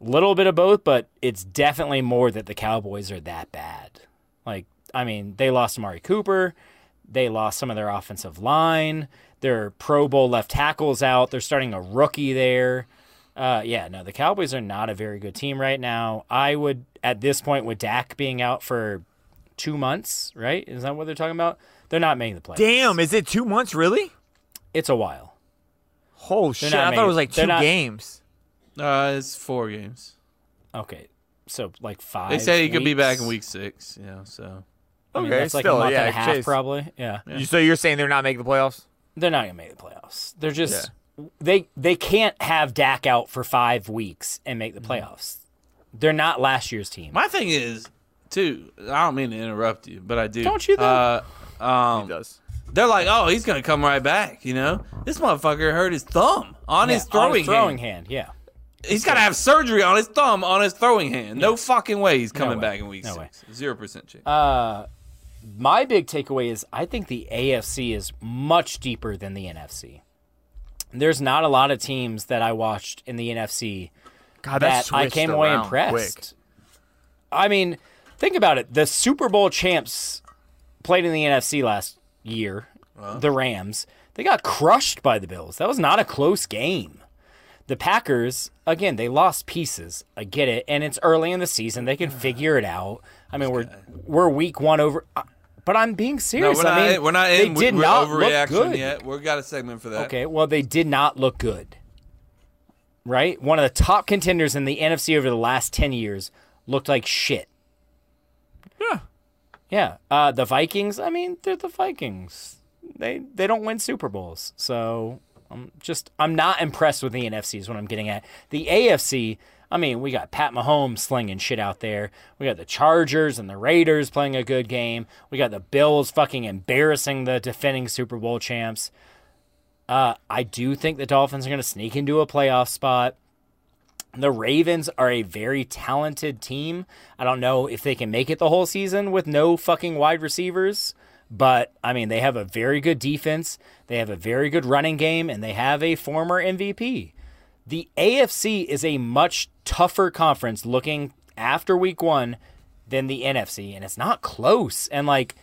Speaker 6: Little bit of both, but it's definitely more that the Cowboys are that bad. Like, I mean, they lost Amari Cooper. They lost some of their offensive line. Their Pro Bowl left tackles out. They're starting a rookie there. Uh, yeah, no, the Cowboys are not a very good team right now. I would, at this point, with Dak being out for two months, right? Is that what they're talking about? They're not making the playoffs.
Speaker 1: Damn, is it two months really?
Speaker 6: It's a while.
Speaker 1: Holy shit!
Speaker 6: not
Speaker 1: I thought it
Speaker 6: made-
Speaker 1: was like
Speaker 6: they're
Speaker 1: two
Speaker 6: not-
Speaker 1: games.
Speaker 2: Uh, it's four games.
Speaker 6: Okay, so like five.
Speaker 2: They said he could be back in
Speaker 6: weeks.
Speaker 2: week six. Yeah, so
Speaker 6: I mean,
Speaker 1: Okay,
Speaker 6: that's like
Speaker 1: still,
Speaker 6: a month
Speaker 1: yeah,
Speaker 6: and a half
Speaker 1: Chase.
Speaker 6: probably. Yeah.
Speaker 1: You- So you're saying they're not making the playoffs?
Speaker 6: they're not gonna make the playoffs. They're just they they can't have Dak out for five weeks and make the playoffs. They're not last year's team.
Speaker 2: my thing is too. I don't mean to interrupt you, but I do.
Speaker 6: Don't you, though?
Speaker 2: Uh, um,
Speaker 1: does.
Speaker 2: they're like, oh, he's gonna come right back. You know, this motherfucker hurt his thumb on
Speaker 6: Yeah,
Speaker 2: his throwing,
Speaker 6: on his throwing
Speaker 2: hand.
Speaker 6: hand. Yeah,
Speaker 2: He's gotta have surgery on his thumb on his throwing hand. No fucking way he's coming
Speaker 6: way. Uh,
Speaker 2: back in week
Speaker 6: No
Speaker 2: six. Zero percent chance.
Speaker 6: my big takeaway is I think the AFC is much deeper than the NFC. There's not a lot of teams that I watched in the NFC
Speaker 1: God,
Speaker 6: that I
Speaker 1: switched
Speaker 6: came away
Speaker 1: around
Speaker 6: impressed.
Speaker 1: quick.
Speaker 6: I mean, think about it. The Super Bowl champs played in the NFC last year, the Rams. They got crushed by the Bills. That was not a close game. The Packers, again, they lost pieces. I get it, and it's early in the season. They can figure it out. I mean, we're we're week one over, I- but I'm being
Speaker 2: no,
Speaker 6: serious.
Speaker 2: we're not.
Speaker 6: I mean,
Speaker 2: in- we're not in.
Speaker 6: They did
Speaker 2: we're
Speaker 6: not
Speaker 2: overreaction
Speaker 6: look good.
Speaker 2: yet. We've got a segment for that.
Speaker 6: Okay, well, they did not look good. Right? One of the top contenders in the NFC over the last 10 years looked like shit. Yeah. Yeah. Uh, the Vikings, I mean, they're the Vikings. They they don't win Super Bowls. So I'm just I'm not impressed with the NFC is what I'm getting at. The AFC, I mean, we got Pat Mahomes slinging shit out there. We got the Chargers and the Raiders playing a good game. We got the Bills fucking embarrassing the defending Super Bowl champs. Uh, I do think the Dolphins are going to sneak into a playoff spot. The Ravens are a very talented team. I don't know if they can make it the whole season with no fucking wide receivers, but I mean, they have a very good defense, they have a very good running game, and they have a former MVP. The AFC is a much tougher conference looking after week one than the NFC, and it's not close. And like,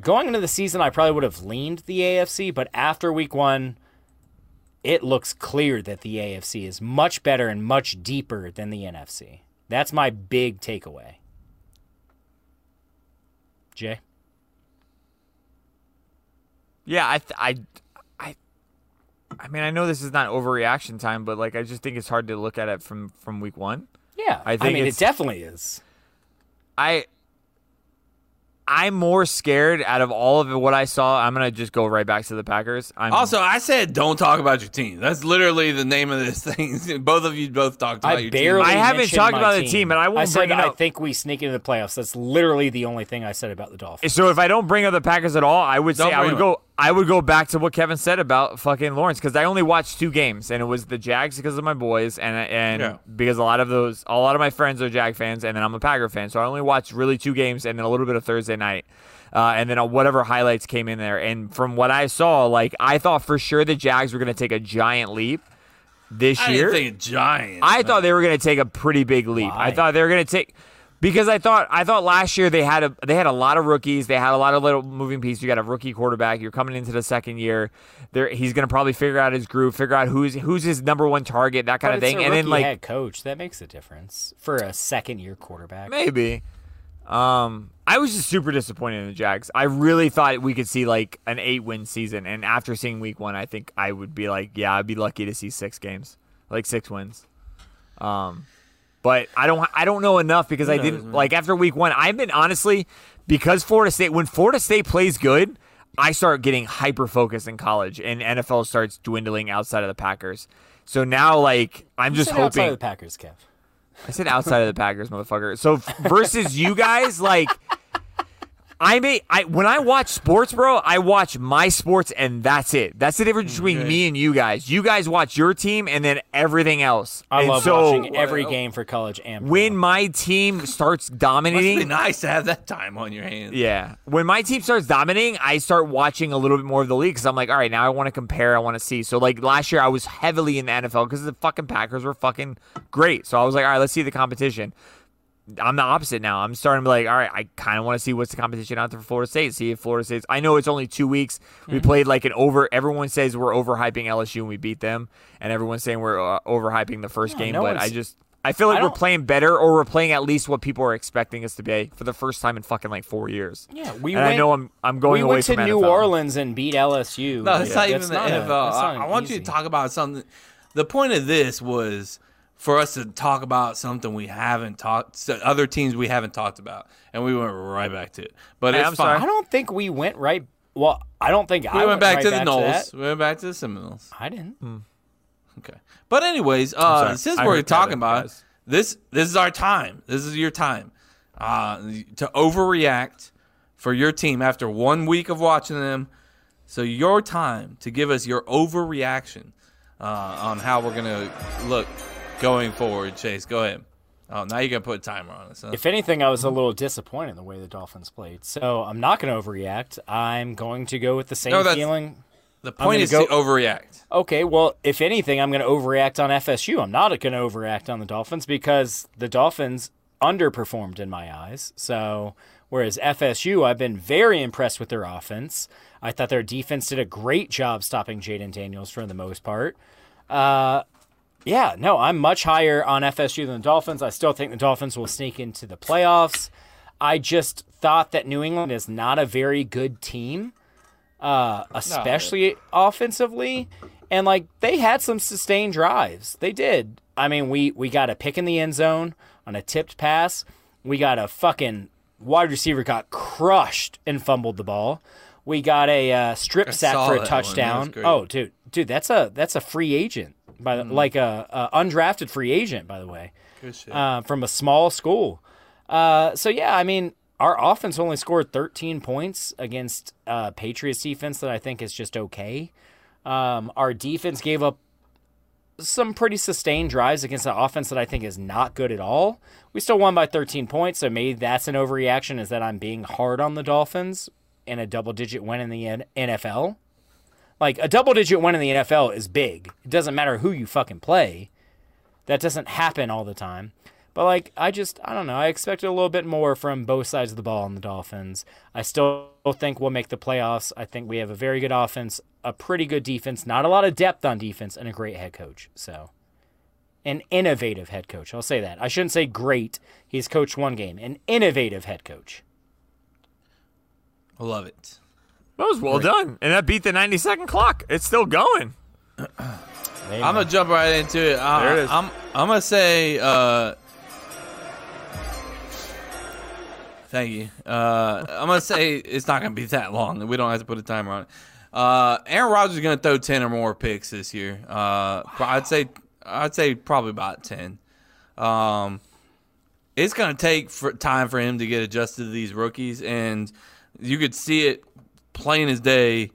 Speaker 6: going into the season, I probably would have leaned the AFC, but after week one, it looks clear that the AFC is much better and much deeper than the NFC. That's my big takeaway. Jay.
Speaker 1: Yeah, I, th- I, I, I mean, I know this is not overreaction time, but like, I just think it's hard to look at it from from week one.
Speaker 6: Yeah,
Speaker 1: I
Speaker 6: I,
Speaker 1: think
Speaker 6: mean
Speaker 1: it's-
Speaker 6: it definitely is.
Speaker 1: I, I'm more scared out of all of what I saw. I'm gonna just go right back to the Packers. I'm
Speaker 2: Also, I said don't talk about your team. That's literally the name of this thing. both of you both talked about
Speaker 6: I
Speaker 2: your
Speaker 6: barely.
Speaker 2: team.
Speaker 1: I haven't
Speaker 6: mentioned
Speaker 1: talked
Speaker 6: my
Speaker 1: about the team, and I won't
Speaker 6: I said,
Speaker 1: bring it
Speaker 6: I
Speaker 1: up.
Speaker 6: think we sneak into the playoffs. That's literally the only thing I said about the Dolphins.
Speaker 1: So if I don't bring up the Packers at all, I would say
Speaker 2: Don't
Speaker 1: I
Speaker 2: bring
Speaker 1: would
Speaker 2: them
Speaker 1: go. I would go back to what Kevin said about fucking Lawrence because I only watched two games, and it was the Jags because of my boys, and and
Speaker 2: Yeah.
Speaker 1: because a lot of those, a lot of my friends are Jag fans, and then I'm a Packer fan, so I only watched really two games, and then a little bit of Thursday night, uh, and then uh, whatever highlights came in there. And from what I saw, like I thought for sure the Jags were going to take a giant leap this
Speaker 2: I
Speaker 1: year.
Speaker 2: didn't think Giants.
Speaker 1: I thought they were going to take a pretty big leap. I
Speaker 6: Why?
Speaker 1: thought they were going to take because I thought I thought last year they had a they had a lot of rookies. They had a lot of little moving pieces. You got a rookie quarterback. You're coming into the second year. There he's going to probably figure out his groove, figure out who's who's his number one target, that kind
Speaker 6: But
Speaker 1: of
Speaker 6: it's
Speaker 1: thing.
Speaker 6: a
Speaker 1: and then
Speaker 6: rookie
Speaker 1: like
Speaker 6: head coach that makes a difference for a second year quarterback.
Speaker 1: maybe. Um, I was just super disappointed in the Jags. I really thought we could see like an eight win season, and after seeing Week One, I think I would be like, yeah, I'd be lucky to see six games, like six wins. Um, but I don't, I don't know enough because I didn't like after Week One. I've been honestly because Florida State when Florida State plays good. I start getting hyper focused in college, and NFL starts dwindling outside of the Packers. So now, like, I'm
Speaker 6: You
Speaker 1: just
Speaker 6: said outside
Speaker 1: hoping
Speaker 6: of the Packers, Kev.
Speaker 1: I said outside of the Packers, motherfucker. So f- versus you guys, like I may I when I watch sports, bro, I watch my sports and that's it. That's the
Speaker 6: Mm,
Speaker 1: difference between me and you guys. You guys watch your team and then everything else.
Speaker 6: I
Speaker 1: And
Speaker 6: love
Speaker 1: so
Speaker 6: watching every game for college and pro.
Speaker 1: when my team starts
Speaker 2: It'd be
Speaker 1: dominating.
Speaker 2: nice to have that time on your hands.
Speaker 1: Yeah. When my team starts dominating, I start watching a little bit more of the league because I'm like, all right, now I want to compare. I want to see. So, like last year, I was heavily in the NFL because the fucking Packers were fucking great. So I was like, all right, let's see the competition. I'm the opposite now. I'm starting to be like, all right, I kind of want to see what's the competition out there for Florida State. See if Florida State's. I know it's only two weeks.
Speaker 6: Mm-hmm.
Speaker 1: We played like an over. Everyone says we're overhyping LSU and we beat them, and everyone's saying we're uh, overhyping the first
Speaker 6: Yeah,
Speaker 1: game.
Speaker 6: no
Speaker 1: but
Speaker 6: one's-
Speaker 1: I just, I feel like
Speaker 6: I
Speaker 1: we're
Speaker 6: don't-
Speaker 1: playing better, or we're playing at least what people are expecting us to be for the first time in fucking like four years.
Speaker 6: Yeah, we
Speaker 1: and I
Speaker 6: went-
Speaker 1: know I'm I'm going
Speaker 6: we
Speaker 1: away
Speaker 6: went to
Speaker 1: from
Speaker 6: New
Speaker 1: NFL.
Speaker 6: Orleans and beat LSU.
Speaker 2: No, it's not
Speaker 6: Like,
Speaker 2: even
Speaker 6: that's
Speaker 2: the
Speaker 6: not a-
Speaker 2: NFL.
Speaker 6: that's
Speaker 2: I,
Speaker 6: not
Speaker 2: I want you
Speaker 6: easy.
Speaker 2: to talk about something. The point of this was for us to talk about something we haven't talked, so other teams we haven't talked about, and we went right back to it. But
Speaker 1: Hey,
Speaker 2: it's
Speaker 1: I'm
Speaker 2: fine.
Speaker 1: sorry.
Speaker 6: I don't think we went right. Well, I don't think I
Speaker 2: We went back
Speaker 6: right
Speaker 2: to the
Speaker 6: that.
Speaker 2: Knolls. Hmm. We went back to the Seminoles.
Speaker 6: I didn't.
Speaker 2: Okay. But anyways, uh,
Speaker 1: sorry.
Speaker 2: since
Speaker 1: I
Speaker 2: we're
Speaker 1: heard
Speaker 2: talking
Speaker 1: Kevin,
Speaker 2: about it,
Speaker 1: guys.
Speaker 2: this, this is our time. This is your time uh, to overreact for your team after one week of watching them. So your time to give us your overreaction uh, on how we're gonna look going forward. Chase, go ahead. Oh, now you're gonna put a timer on us. Huh?
Speaker 6: If anything, I was a little disappointed in the way the Dolphins played. So I'm not going to overreact. I'm going to go with the same
Speaker 2: No, that's-
Speaker 6: feeling.
Speaker 2: the point
Speaker 6: gonna
Speaker 2: is
Speaker 6: go-
Speaker 2: to overreact.
Speaker 6: Okay, well, if anything, I'm going to overreact on FSU. I'm not going to overreact on the Dolphins because the Dolphins underperformed in my eyes. So, whereas FSU, I've been very impressed with their offense. I thought their defense did a great job stopping Jaden Daniels for the most part. Uh, Yeah, no, I'm much higher on FSU than the Dolphins. I still think the Dolphins will sneak into the playoffs. I just thought that New England is not a very good team, uh, especially offensively. And like they had some sustained drives. They did. I mean, we we got a pick in the end zone on a tipped pass. We got a fucking wide receiver got crushed and fumbled the ball. We got a uh, strip sack
Speaker 2: saw
Speaker 6: for
Speaker 2: that one.
Speaker 6: a
Speaker 2: That was
Speaker 6: touchdown.
Speaker 2: great. Mm-hmm.
Speaker 6: Oh, dude, dude, that's a that's a free agent by the, like a, a undrafted free agent by the way, uh, from a small school. Uh, so yeah, I mean, our offense only scored 13 points against uh, Patriots defense that I think is just okay. Um, our defense gave up some pretty sustained drives against an offense that I think is not good at all. We still won by 13 points, so maybe that's an overreaction. Is that I'm being hard on the Dolphins in a double-digit win in the N- NFL? Like a double-digit win in the NFL is big. It doesn't matter who you fucking play. That doesn't happen all the time. But like I just I don't know. I expected a little bit more from both sides of the ball on the Dolphins. I still think we'll make the playoffs. I think we have a very good offense, a pretty good defense, not a lot of depth on defense, and a great head coach. So an innovative head coach. I'll say that. I shouldn't say great. He's coached one game. An innovative head coach.
Speaker 2: I love it.
Speaker 1: That was well done, and that beat the 90 second clock. It's still going.
Speaker 2: I'm gonna jump right into it. I,
Speaker 1: There it is.
Speaker 2: I'm I'm gonna say uh, thank you. Uh, I'm gonna say it's not gonna be that long. We don't have to put a timer on it. Uh, Aaron Rodgers is gonna throw ten or more picks this year. Uh, pro- I'd say I'd say probably about ten. Um, it's gonna take for, time for him to get adjusted to these rookies, and you could see it plain as day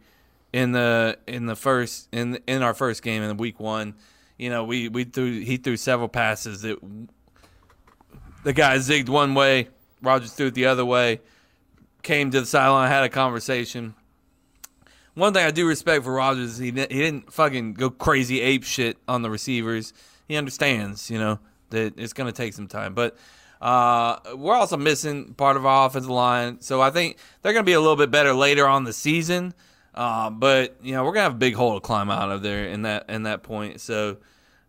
Speaker 2: in the in the first in in our first game in week one. You know, we we threw he threw several passes that the guy zigged one way, Rogers threw it the other way, came to the sideline, had a conversation. One thing I do respect for Rogers is he di- he didn't fucking go crazy ape shit on the receivers. He understands, you know, that it's going to take some time, but. Uh, we're also missing part of our offensive line, so I think they're going to be a little bit better later on the season. Uh, but you know we're gonna have a big hole to climb out of there in that in that point. So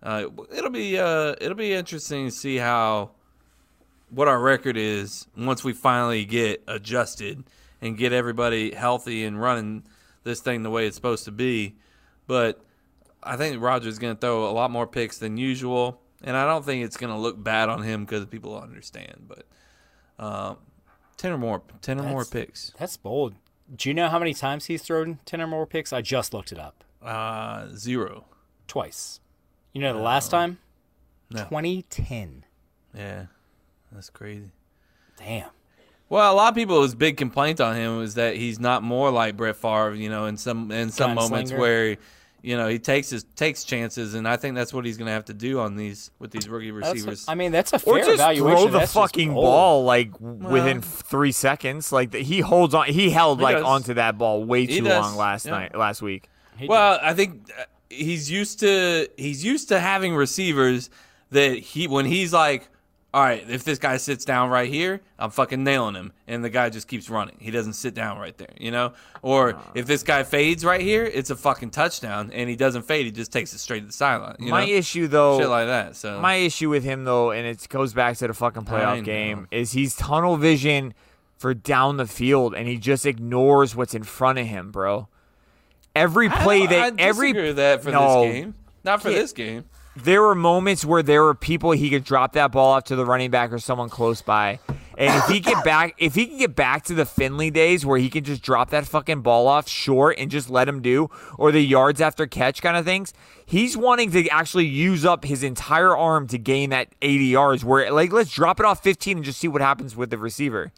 Speaker 2: uh, it'll be uh, it'll be interesting to see how what our record is once we finally get adjusted and get everybody healthy and running this thing the way it's supposed to be. But I think Rogers is going to throw a lot more picks than usual, and I don't think it's going to look bad on him because people understand. But um, ten or more, ten or more
Speaker 6: That's-
Speaker 2: picks.
Speaker 6: That's bold. Do you know how many times he's thrown 10 or more picks? I just looked it up.
Speaker 2: Uh, zero.
Speaker 6: Twice. You know the last time?
Speaker 2: No.
Speaker 6: 2010.
Speaker 2: Yeah, that's crazy.
Speaker 6: Damn.
Speaker 2: Well, a lot of people's big complaint on him was that he's not more like Brett Favre, you know, in some in some moments
Speaker 6: Gunslinger.
Speaker 2: where, you know, he takes his takes chances, and I think that's what he's going to have to do on these with these rookie
Speaker 6: That's
Speaker 2: receivers.
Speaker 6: I mean, that's a fair
Speaker 1: Or just
Speaker 6: evaluation.
Speaker 1: throw the
Speaker 6: That's just
Speaker 1: fucking
Speaker 6: bold.
Speaker 1: ball like w- within f- three seconds. Like th- he holds on, he held like
Speaker 2: does.
Speaker 1: onto that ball way
Speaker 2: He
Speaker 1: too
Speaker 2: does,
Speaker 1: long last
Speaker 2: yeah.
Speaker 1: night, last week.
Speaker 2: well, I think uh, he's used to he's used to having receivers that he when he's like, all right, if this guy sits down right here, I'm fucking nailing him, and the guy just keeps running. He doesn't sit down right there, you know. Or if this guy fades right here, it's a fucking touchdown, and he doesn't fade. He just takes it straight to the sideline. You
Speaker 1: my
Speaker 2: know?
Speaker 1: issue though,
Speaker 2: shit like that. So
Speaker 1: Oh, my issue with him though, and it goes back to the fucking
Speaker 2: know.
Speaker 1: playoff game, is he's tunnel vision for down the field, and he just ignores what's in front of him, bro. Every play
Speaker 2: I,
Speaker 1: that
Speaker 2: don't- I
Speaker 1: every
Speaker 2: disagree with that for
Speaker 1: No.
Speaker 2: this game. Not for
Speaker 1: Can't-
Speaker 2: this game.
Speaker 1: there were moments where there were people he could drop that ball off to the running back or someone close by. And if he get back, if he can get back to the Finley days where he can just drop that fucking ball off short and just let him do, or the yards after catch kind of things, he's wanting to actually use up his entire arm to gain that 80 yards. Where like let's drop it off 15 and just see what happens with the receiver.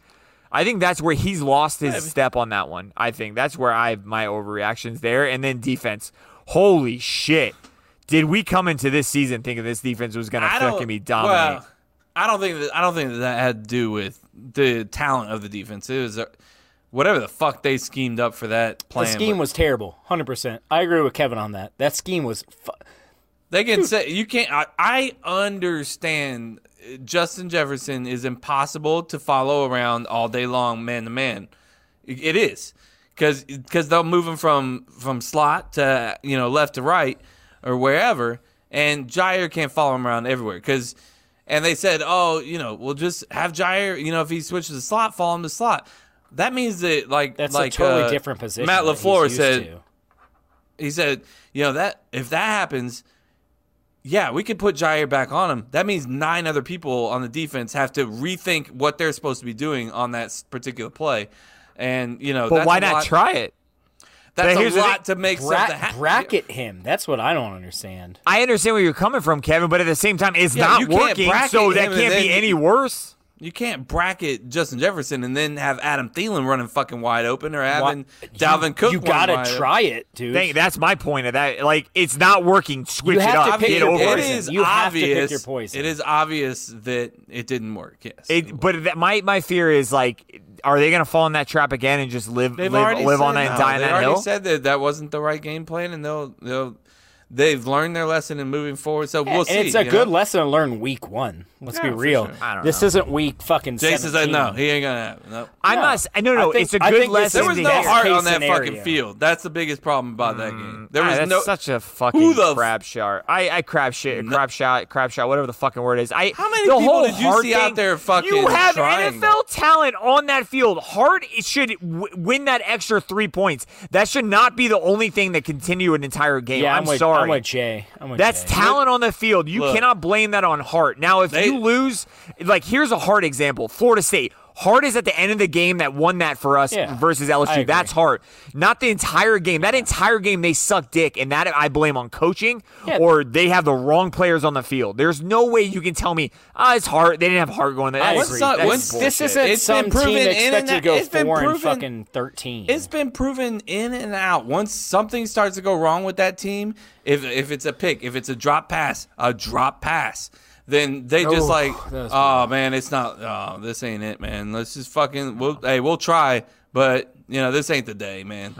Speaker 1: I think that's where he's lost his step on that one. I think that's where I my overreactions there. And then defense, holy shit! Did we come into this season thinking this defense was gonna
Speaker 2: I don't
Speaker 1: fucking be dominant?
Speaker 2: Well, I don't think that I don't think that, that had to do with the talent of the defense. It was a, whatever the fuck they schemed up for that
Speaker 6: The
Speaker 2: plan.
Speaker 6: scheme
Speaker 2: but
Speaker 6: was terrible. 100%. I agree with Kevin on that. That scheme was. Fu-
Speaker 2: They can say you can't. I, I understand. uh, Justin Jefferson is impossible to follow around all day long, man to man. It it is because because they'll move him from from slot to you know left to right or wherever, and Jair can't follow him around everywhere because. And they said, oh, you know, we'll just have Jair. You know, if he switches to slot, follow him to slot. That means that like
Speaker 6: that's
Speaker 2: like
Speaker 6: a totally
Speaker 2: uh,
Speaker 6: different position.
Speaker 2: Matt
Speaker 6: that he's
Speaker 2: Lafleur
Speaker 6: used
Speaker 2: said
Speaker 6: to.
Speaker 2: he said, you know that if that happens, yeah, we could put Jair back on him. That means nine other people on the defense have to rethink what they're supposed to be doing on that s- particular play. And you know,
Speaker 1: but
Speaker 2: that's
Speaker 1: why
Speaker 2: a
Speaker 1: not
Speaker 2: lot,
Speaker 1: try it?
Speaker 2: That's
Speaker 1: But
Speaker 2: a
Speaker 1: here's the
Speaker 2: lot
Speaker 1: thing.
Speaker 2: to make
Speaker 6: Bra-
Speaker 2: something happen.
Speaker 6: bracket him. That's what I don't understand.
Speaker 1: I understand where you're coming from, Kevin, but at the same time, it's
Speaker 2: Yeah, you
Speaker 1: not
Speaker 2: can't
Speaker 1: working,
Speaker 2: bracket
Speaker 1: so
Speaker 2: him
Speaker 1: that
Speaker 2: and
Speaker 1: can't
Speaker 2: then
Speaker 1: be
Speaker 2: you-
Speaker 1: any worse.
Speaker 2: You can't bracket Justin Jefferson and then have Adam Thielen running fucking wide open or having Dalvin Cook.
Speaker 6: You
Speaker 2: run
Speaker 6: gotta
Speaker 2: wide open.
Speaker 6: try it, dude.
Speaker 1: Dang, that's my point of that. Like, it's not working. Switch
Speaker 6: You have
Speaker 1: it
Speaker 6: to
Speaker 1: up.
Speaker 6: pick
Speaker 1: Get
Speaker 6: your
Speaker 1: over
Speaker 2: It
Speaker 1: it.
Speaker 6: poison.
Speaker 2: is
Speaker 6: You have to pick
Speaker 2: obvious.
Speaker 6: your poison.
Speaker 2: It is obvious that it didn't work. Yes,
Speaker 1: It, but that, my my fear is like, are they gonna fall in that trap again and just live
Speaker 2: They've
Speaker 1: live,
Speaker 2: already
Speaker 1: live
Speaker 2: said
Speaker 1: on that
Speaker 2: no.
Speaker 1: and die on
Speaker 2: they
Speaker 1: that
Speaker 2: already
Speaker 1: hill?
Speaker 2: said that that wasn't the right game plan, and they'll they'll they've learned their lesson and moving forward. So we'll
Speaker 6: and
Speaker 2: see.
Speaker 6: it's a
Speaker 2: you
Speaker 6: good
Speaker 2: know?
Speaker 6: lesson to learn week one. Let's be
Speaker 2: for
Speaker 6: real.
Speaker 2: sure.
Speaker 1: I don't
Speaker 6: this isn't week fucking.
Speaker 2: Jason's like,
Speaker 6: 17.
Speaker 2: no, he ain't gonna happen. No.
Speaker 1: I'm
Speaker 6: No.
Speaker 1: not. s- No, no,
Speaker 6: I think-
Speaker 1: it's a
Speaker 6: I
Speaker 1: good
Speaker 6: think this
Speaker 1: lesson.
Speaker 2: There was
Speaker 1: to
Speaker 2: no
Speaker 1: have.
Speaker 6: best
Speaker 2: heart
Speaker 6: case
Speaker 2: on that fucking
Speaker 6: scenario.
Speaker 2: field. That's the biggest problem about that game. There
Speaker 1: Ah,
Speaker 2: was
Speaker 1: that's
Speaker 2: no.
Speaker 1: such a fucking
Speaker 2: Who the f-
Speaker 1: crap shot. I, I crap shit,
Speaker 2: No-
Speaker 1: crap shot, crap shot, whatever the fucking word is. I
Speaker 2: How many
Speaker 1: the
Speaker 2: people
Speaker 1: whole
Speaker 2: did you
Speaker 1: Hart
Speaker 2: see out
Speaker 1: thing-
Speaker 2: there fucking
Speaker 1: You have
Speaker 2: trying?
Speaker 1: NFL talent on that field. Hart it should w- win that extra three points. That should not be the only thing that continue an entire game.
Speaker 6: Yeah, I'm,
Speaker 1: I'm,
Speaker 6: with,
Speaker 1: sorry.
Speaker 6: I'm with Jay. I'm with
Speaker 1: That's
Speaker 6: Jay.
Speaker 1: talent on the field. You
Speaker 2: Look.
Speaker 1: cannot blame that on Hart. Now, if
Speaker 2: They-
Speaker 1: you lose, like here's a hard example: Florida State. Hart is at the end of the game that won that for us
Speaker 6: Yeah,
Speaker 1: versus
Speaker 6: I
Speaker 1: LSU.
Speaker 6: agree.
Speaker 1: That's Hart, not the entire game. That entire game they suck dick, and that I blame on coaching
Speaker 6: Yeah.
Speaker 1: or they have the wrong players on the field. There's no way you can tell me ah, it's Hart. They didn't have Hart going there.
Speaker 6: I
Speaker 1: That's-
Speaker 6: agree.
Speaker 2: not-
Speaker 1: that's
Speaker 2: when's-
Speaker 1: bullshit.
Speaker 6: This isn't
Speaker 2: It's
Speaker 6: some
Speaker 2: been proven
Speaker 6: team
Speaker 2: in
Speaker 6: expected to
Speaker 2: and-
Speaker 6: go
Speaker 2: it's been
Speaker 6: four and
Speaker 2: proven-
Speaker 6: fucking thirteen.
Speaker 2: It's been proven in and out. Once something starts to go wrong with that team, if if it's a pick, if it's a drop pass, a drop pass, then they just
Speaker 1: Oh,
Speaker 2: like,
Speaker 6: that was
Speaker 2: oh man, it's not. Oh, this ain't it, man. Let's just fucking. We'll, hey, we'll try, but you know this ain't the day, man.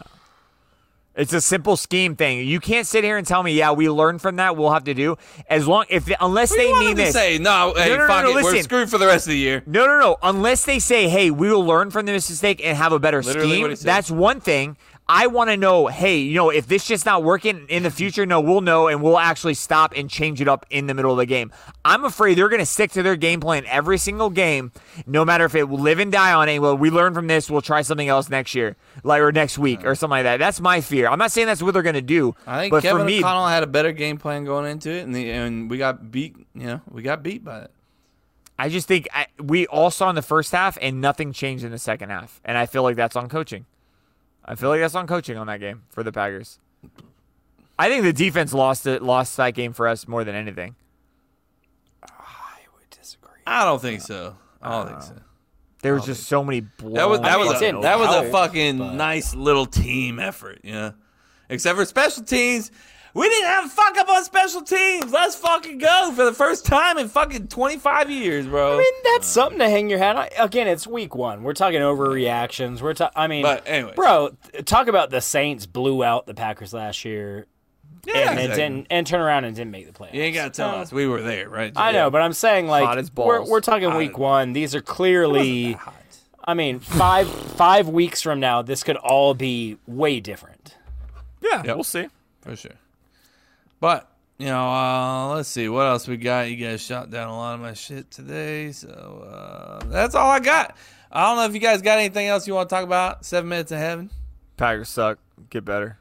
Speaker 1: It's a simple scheme thing. You can't sit here and tell me, yeah, we learned from that. We'll have to do as long if unless
Speaker 2: You
Speaker 1: they
Speaker 2: wanted
Speaker 1: mean
Speaker 2: to
Speaker 1: this.
Speaker 2: Say no, hey,
Speaker 1: no, no,
Speaker 2: fuck
Speaker 1: no,
Speaker 2: it, we're
Speaker 1: listen.
Speaker 2: screwed for the rest of the year.
Speaker 1: No, no, no. Unless they say, "Hey, we will learn from this mistake and have a better
Speaker 2: Literally what
Speaker 1: scheme,"
Speaker 2: he said.
Speaker 1: that's one thing. I want to know, hey, you know, if this shit's not working in the future, no, we'll know and we'll actually stop and change it up in the middle of the game. I'm afraid they're going to stick to their game plan every single game, no matter if it will live and die on it. Well, we learn from this, we'll try something else next year, like or next week or something like that. That's my fear. I'm not saying that's what they're going to do,
Speaker 2: I think
Speaker 1: but
Speaker 2: Kevin
Speaker 1: for me,
Speaker 2: O'Connell had a better game plan going into it, and the, and we got beat. You know, we got beat by it.
Speaker 1: I just think I, we all saw in the first half and nothing changed in the second half. And I feel like that's on coaching. I feel like that's on coaching on that game for the Packers. I think the defense lost it, lost that game for us more than anything.
Speaker 2: I don't think so. I don't think so.
Speaker 1: There was just so many blown
Speaker 2: That was that was
Speaker 1: fucking
Speaker 2: a,
Speaker 6: in
Speaker 2: that was a
Speaker 6: power,
Speaker 2: fucking nice little team effort, you know. Except for special teams, we didn't have a fuck up on special teams. Let's fucking go for the first time in fucking 25 years, bro.
Speaker 6: I mean, that's
Speaker 2: Uh.
Speaker 6: something to hang your hat on. Again, it's week one. We're talking overreactions. We're talking. I mean,
Speaker 2: But anyways.
Speaker 6: bro, th- talk about the Saints blew out the Packers last year,
Speaker 2: Yeah,
Speaker 6: and it
Speaker 2: exactly.
Speaker 6: didn't, and turn around and didn't make the playoffs.
Speaker 2: You ain't gotta tell us we were there, right?
Speaker 6: uh, I know, but I'm saying
Speaker 1: Hot as
Speaker 6: like we're
Speaker 1: balls.
Speaker 6: we're talking
Speaker 2: Hot
Speaker 6: week
Speaker 2: as-
Speaker 6: one. These are clearly. I mean, five five weeks from now, this could all be way different.
Speaker 1: yeah,
Speaker 2: Yep.
Speaker 1: we'll see.
Speaker 2: for sure. But you know, uh, let's see what else we got. You guys shot down a lot of my shit today, so uh, that's all I got. I don't know if you guys got anything else you want to talk about. Seven minutes of heaven.
Speaker 1: Packers suck. Get better.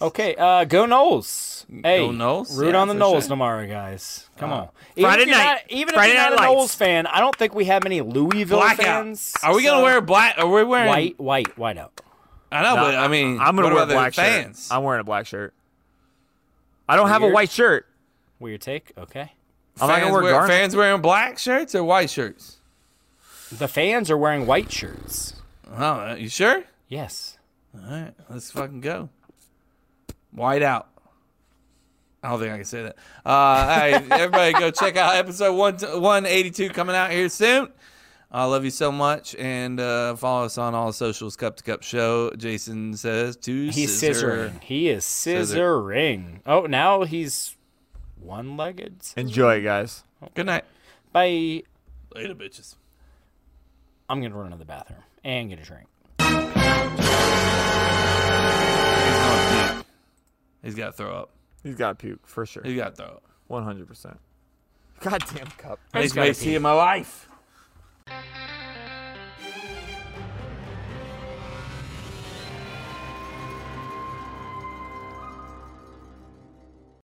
Speaker 6: Okay, uh, go Knowles. Hey,
Speaker 2: Go Knowles,
Speaker 6: Root
Speaker 2: yeah,
Speaker 6: on the
Speaker 2: for
Speaker 6: Knowles
Speaker 2: sure. Uh,
Speaker 6: tomorrow, guys. Come on.
Speaker 1: Friday
Speaker 6: if you're
Speaker 1: night.
Speaker 6: Not, even
Speaker 1: Friday
Speaker 6: if you're
Speaker 1: night
Speaker 6: not a
Speaker 1: lights.
Speaker 6: Knowles fan, I don't think we have any Louisville
Speaker 2: Blackout.
Speaker 6: fans.
Speaker 2: Are we gonna
Speaker 6: so-
Speaker 2: wear black? Are we wearing
Speaker 6: white? White, white out.
Speaker 2: I know,
Speaker 1: No,
Speaker 2: but I mean,
Speaker 1: I'm gonna wear
Speaker 2: what
Speaker 1: a
Speaker 2: about the
Speaker 1: black
Speaker 2: fans?
Speaker 1: shirt. I'm wearing a black shirt. I don't have a
Speaker 6: Weird.
Speaker 1: white shirt.
Speaker 6: Weird take. Okay.
Speaker 1: I'm not
Speaker 2: fans,
Speaker 1: gonna wear
Speaker 2: wear-
Speaker 1: garments.
Speaker 2: fans wearing black shirts or white shirts?
Speaker 6: The fans are wearing white shirts.
Speaker 2: Oh, you sure?
Speaker 6: Yes.
Speaker 2: All right, let's fucking go. White out. I don't think I can say that. Uh, all right, everybody, go check out episode one one eighty two coming out here soon. I love you so much, and uh, follow us on all socials. Cup to Cup Show. Jason says to
Speaker 6: He's
Speaker 2: scissor.
Speaker 6: scissoring. He is scissoring. Oh, now he's one-legged.
Speaker 1: Enjoy, guys.
Speaker 2: Good night.
Speaker 6: Bye.
Speaker 2: Later, bitches.
Speaker 6: I'm gonna run to the bathroom and get a drink.
Speaker 2: He's gonna puke. He's got to throw up.
Speaker 1: He's got puke for sure.
Speaker 2: He's got to throw up.
Speaker 1: 100. percent Goddamn cup.
Speaker 2: Makes me see my life.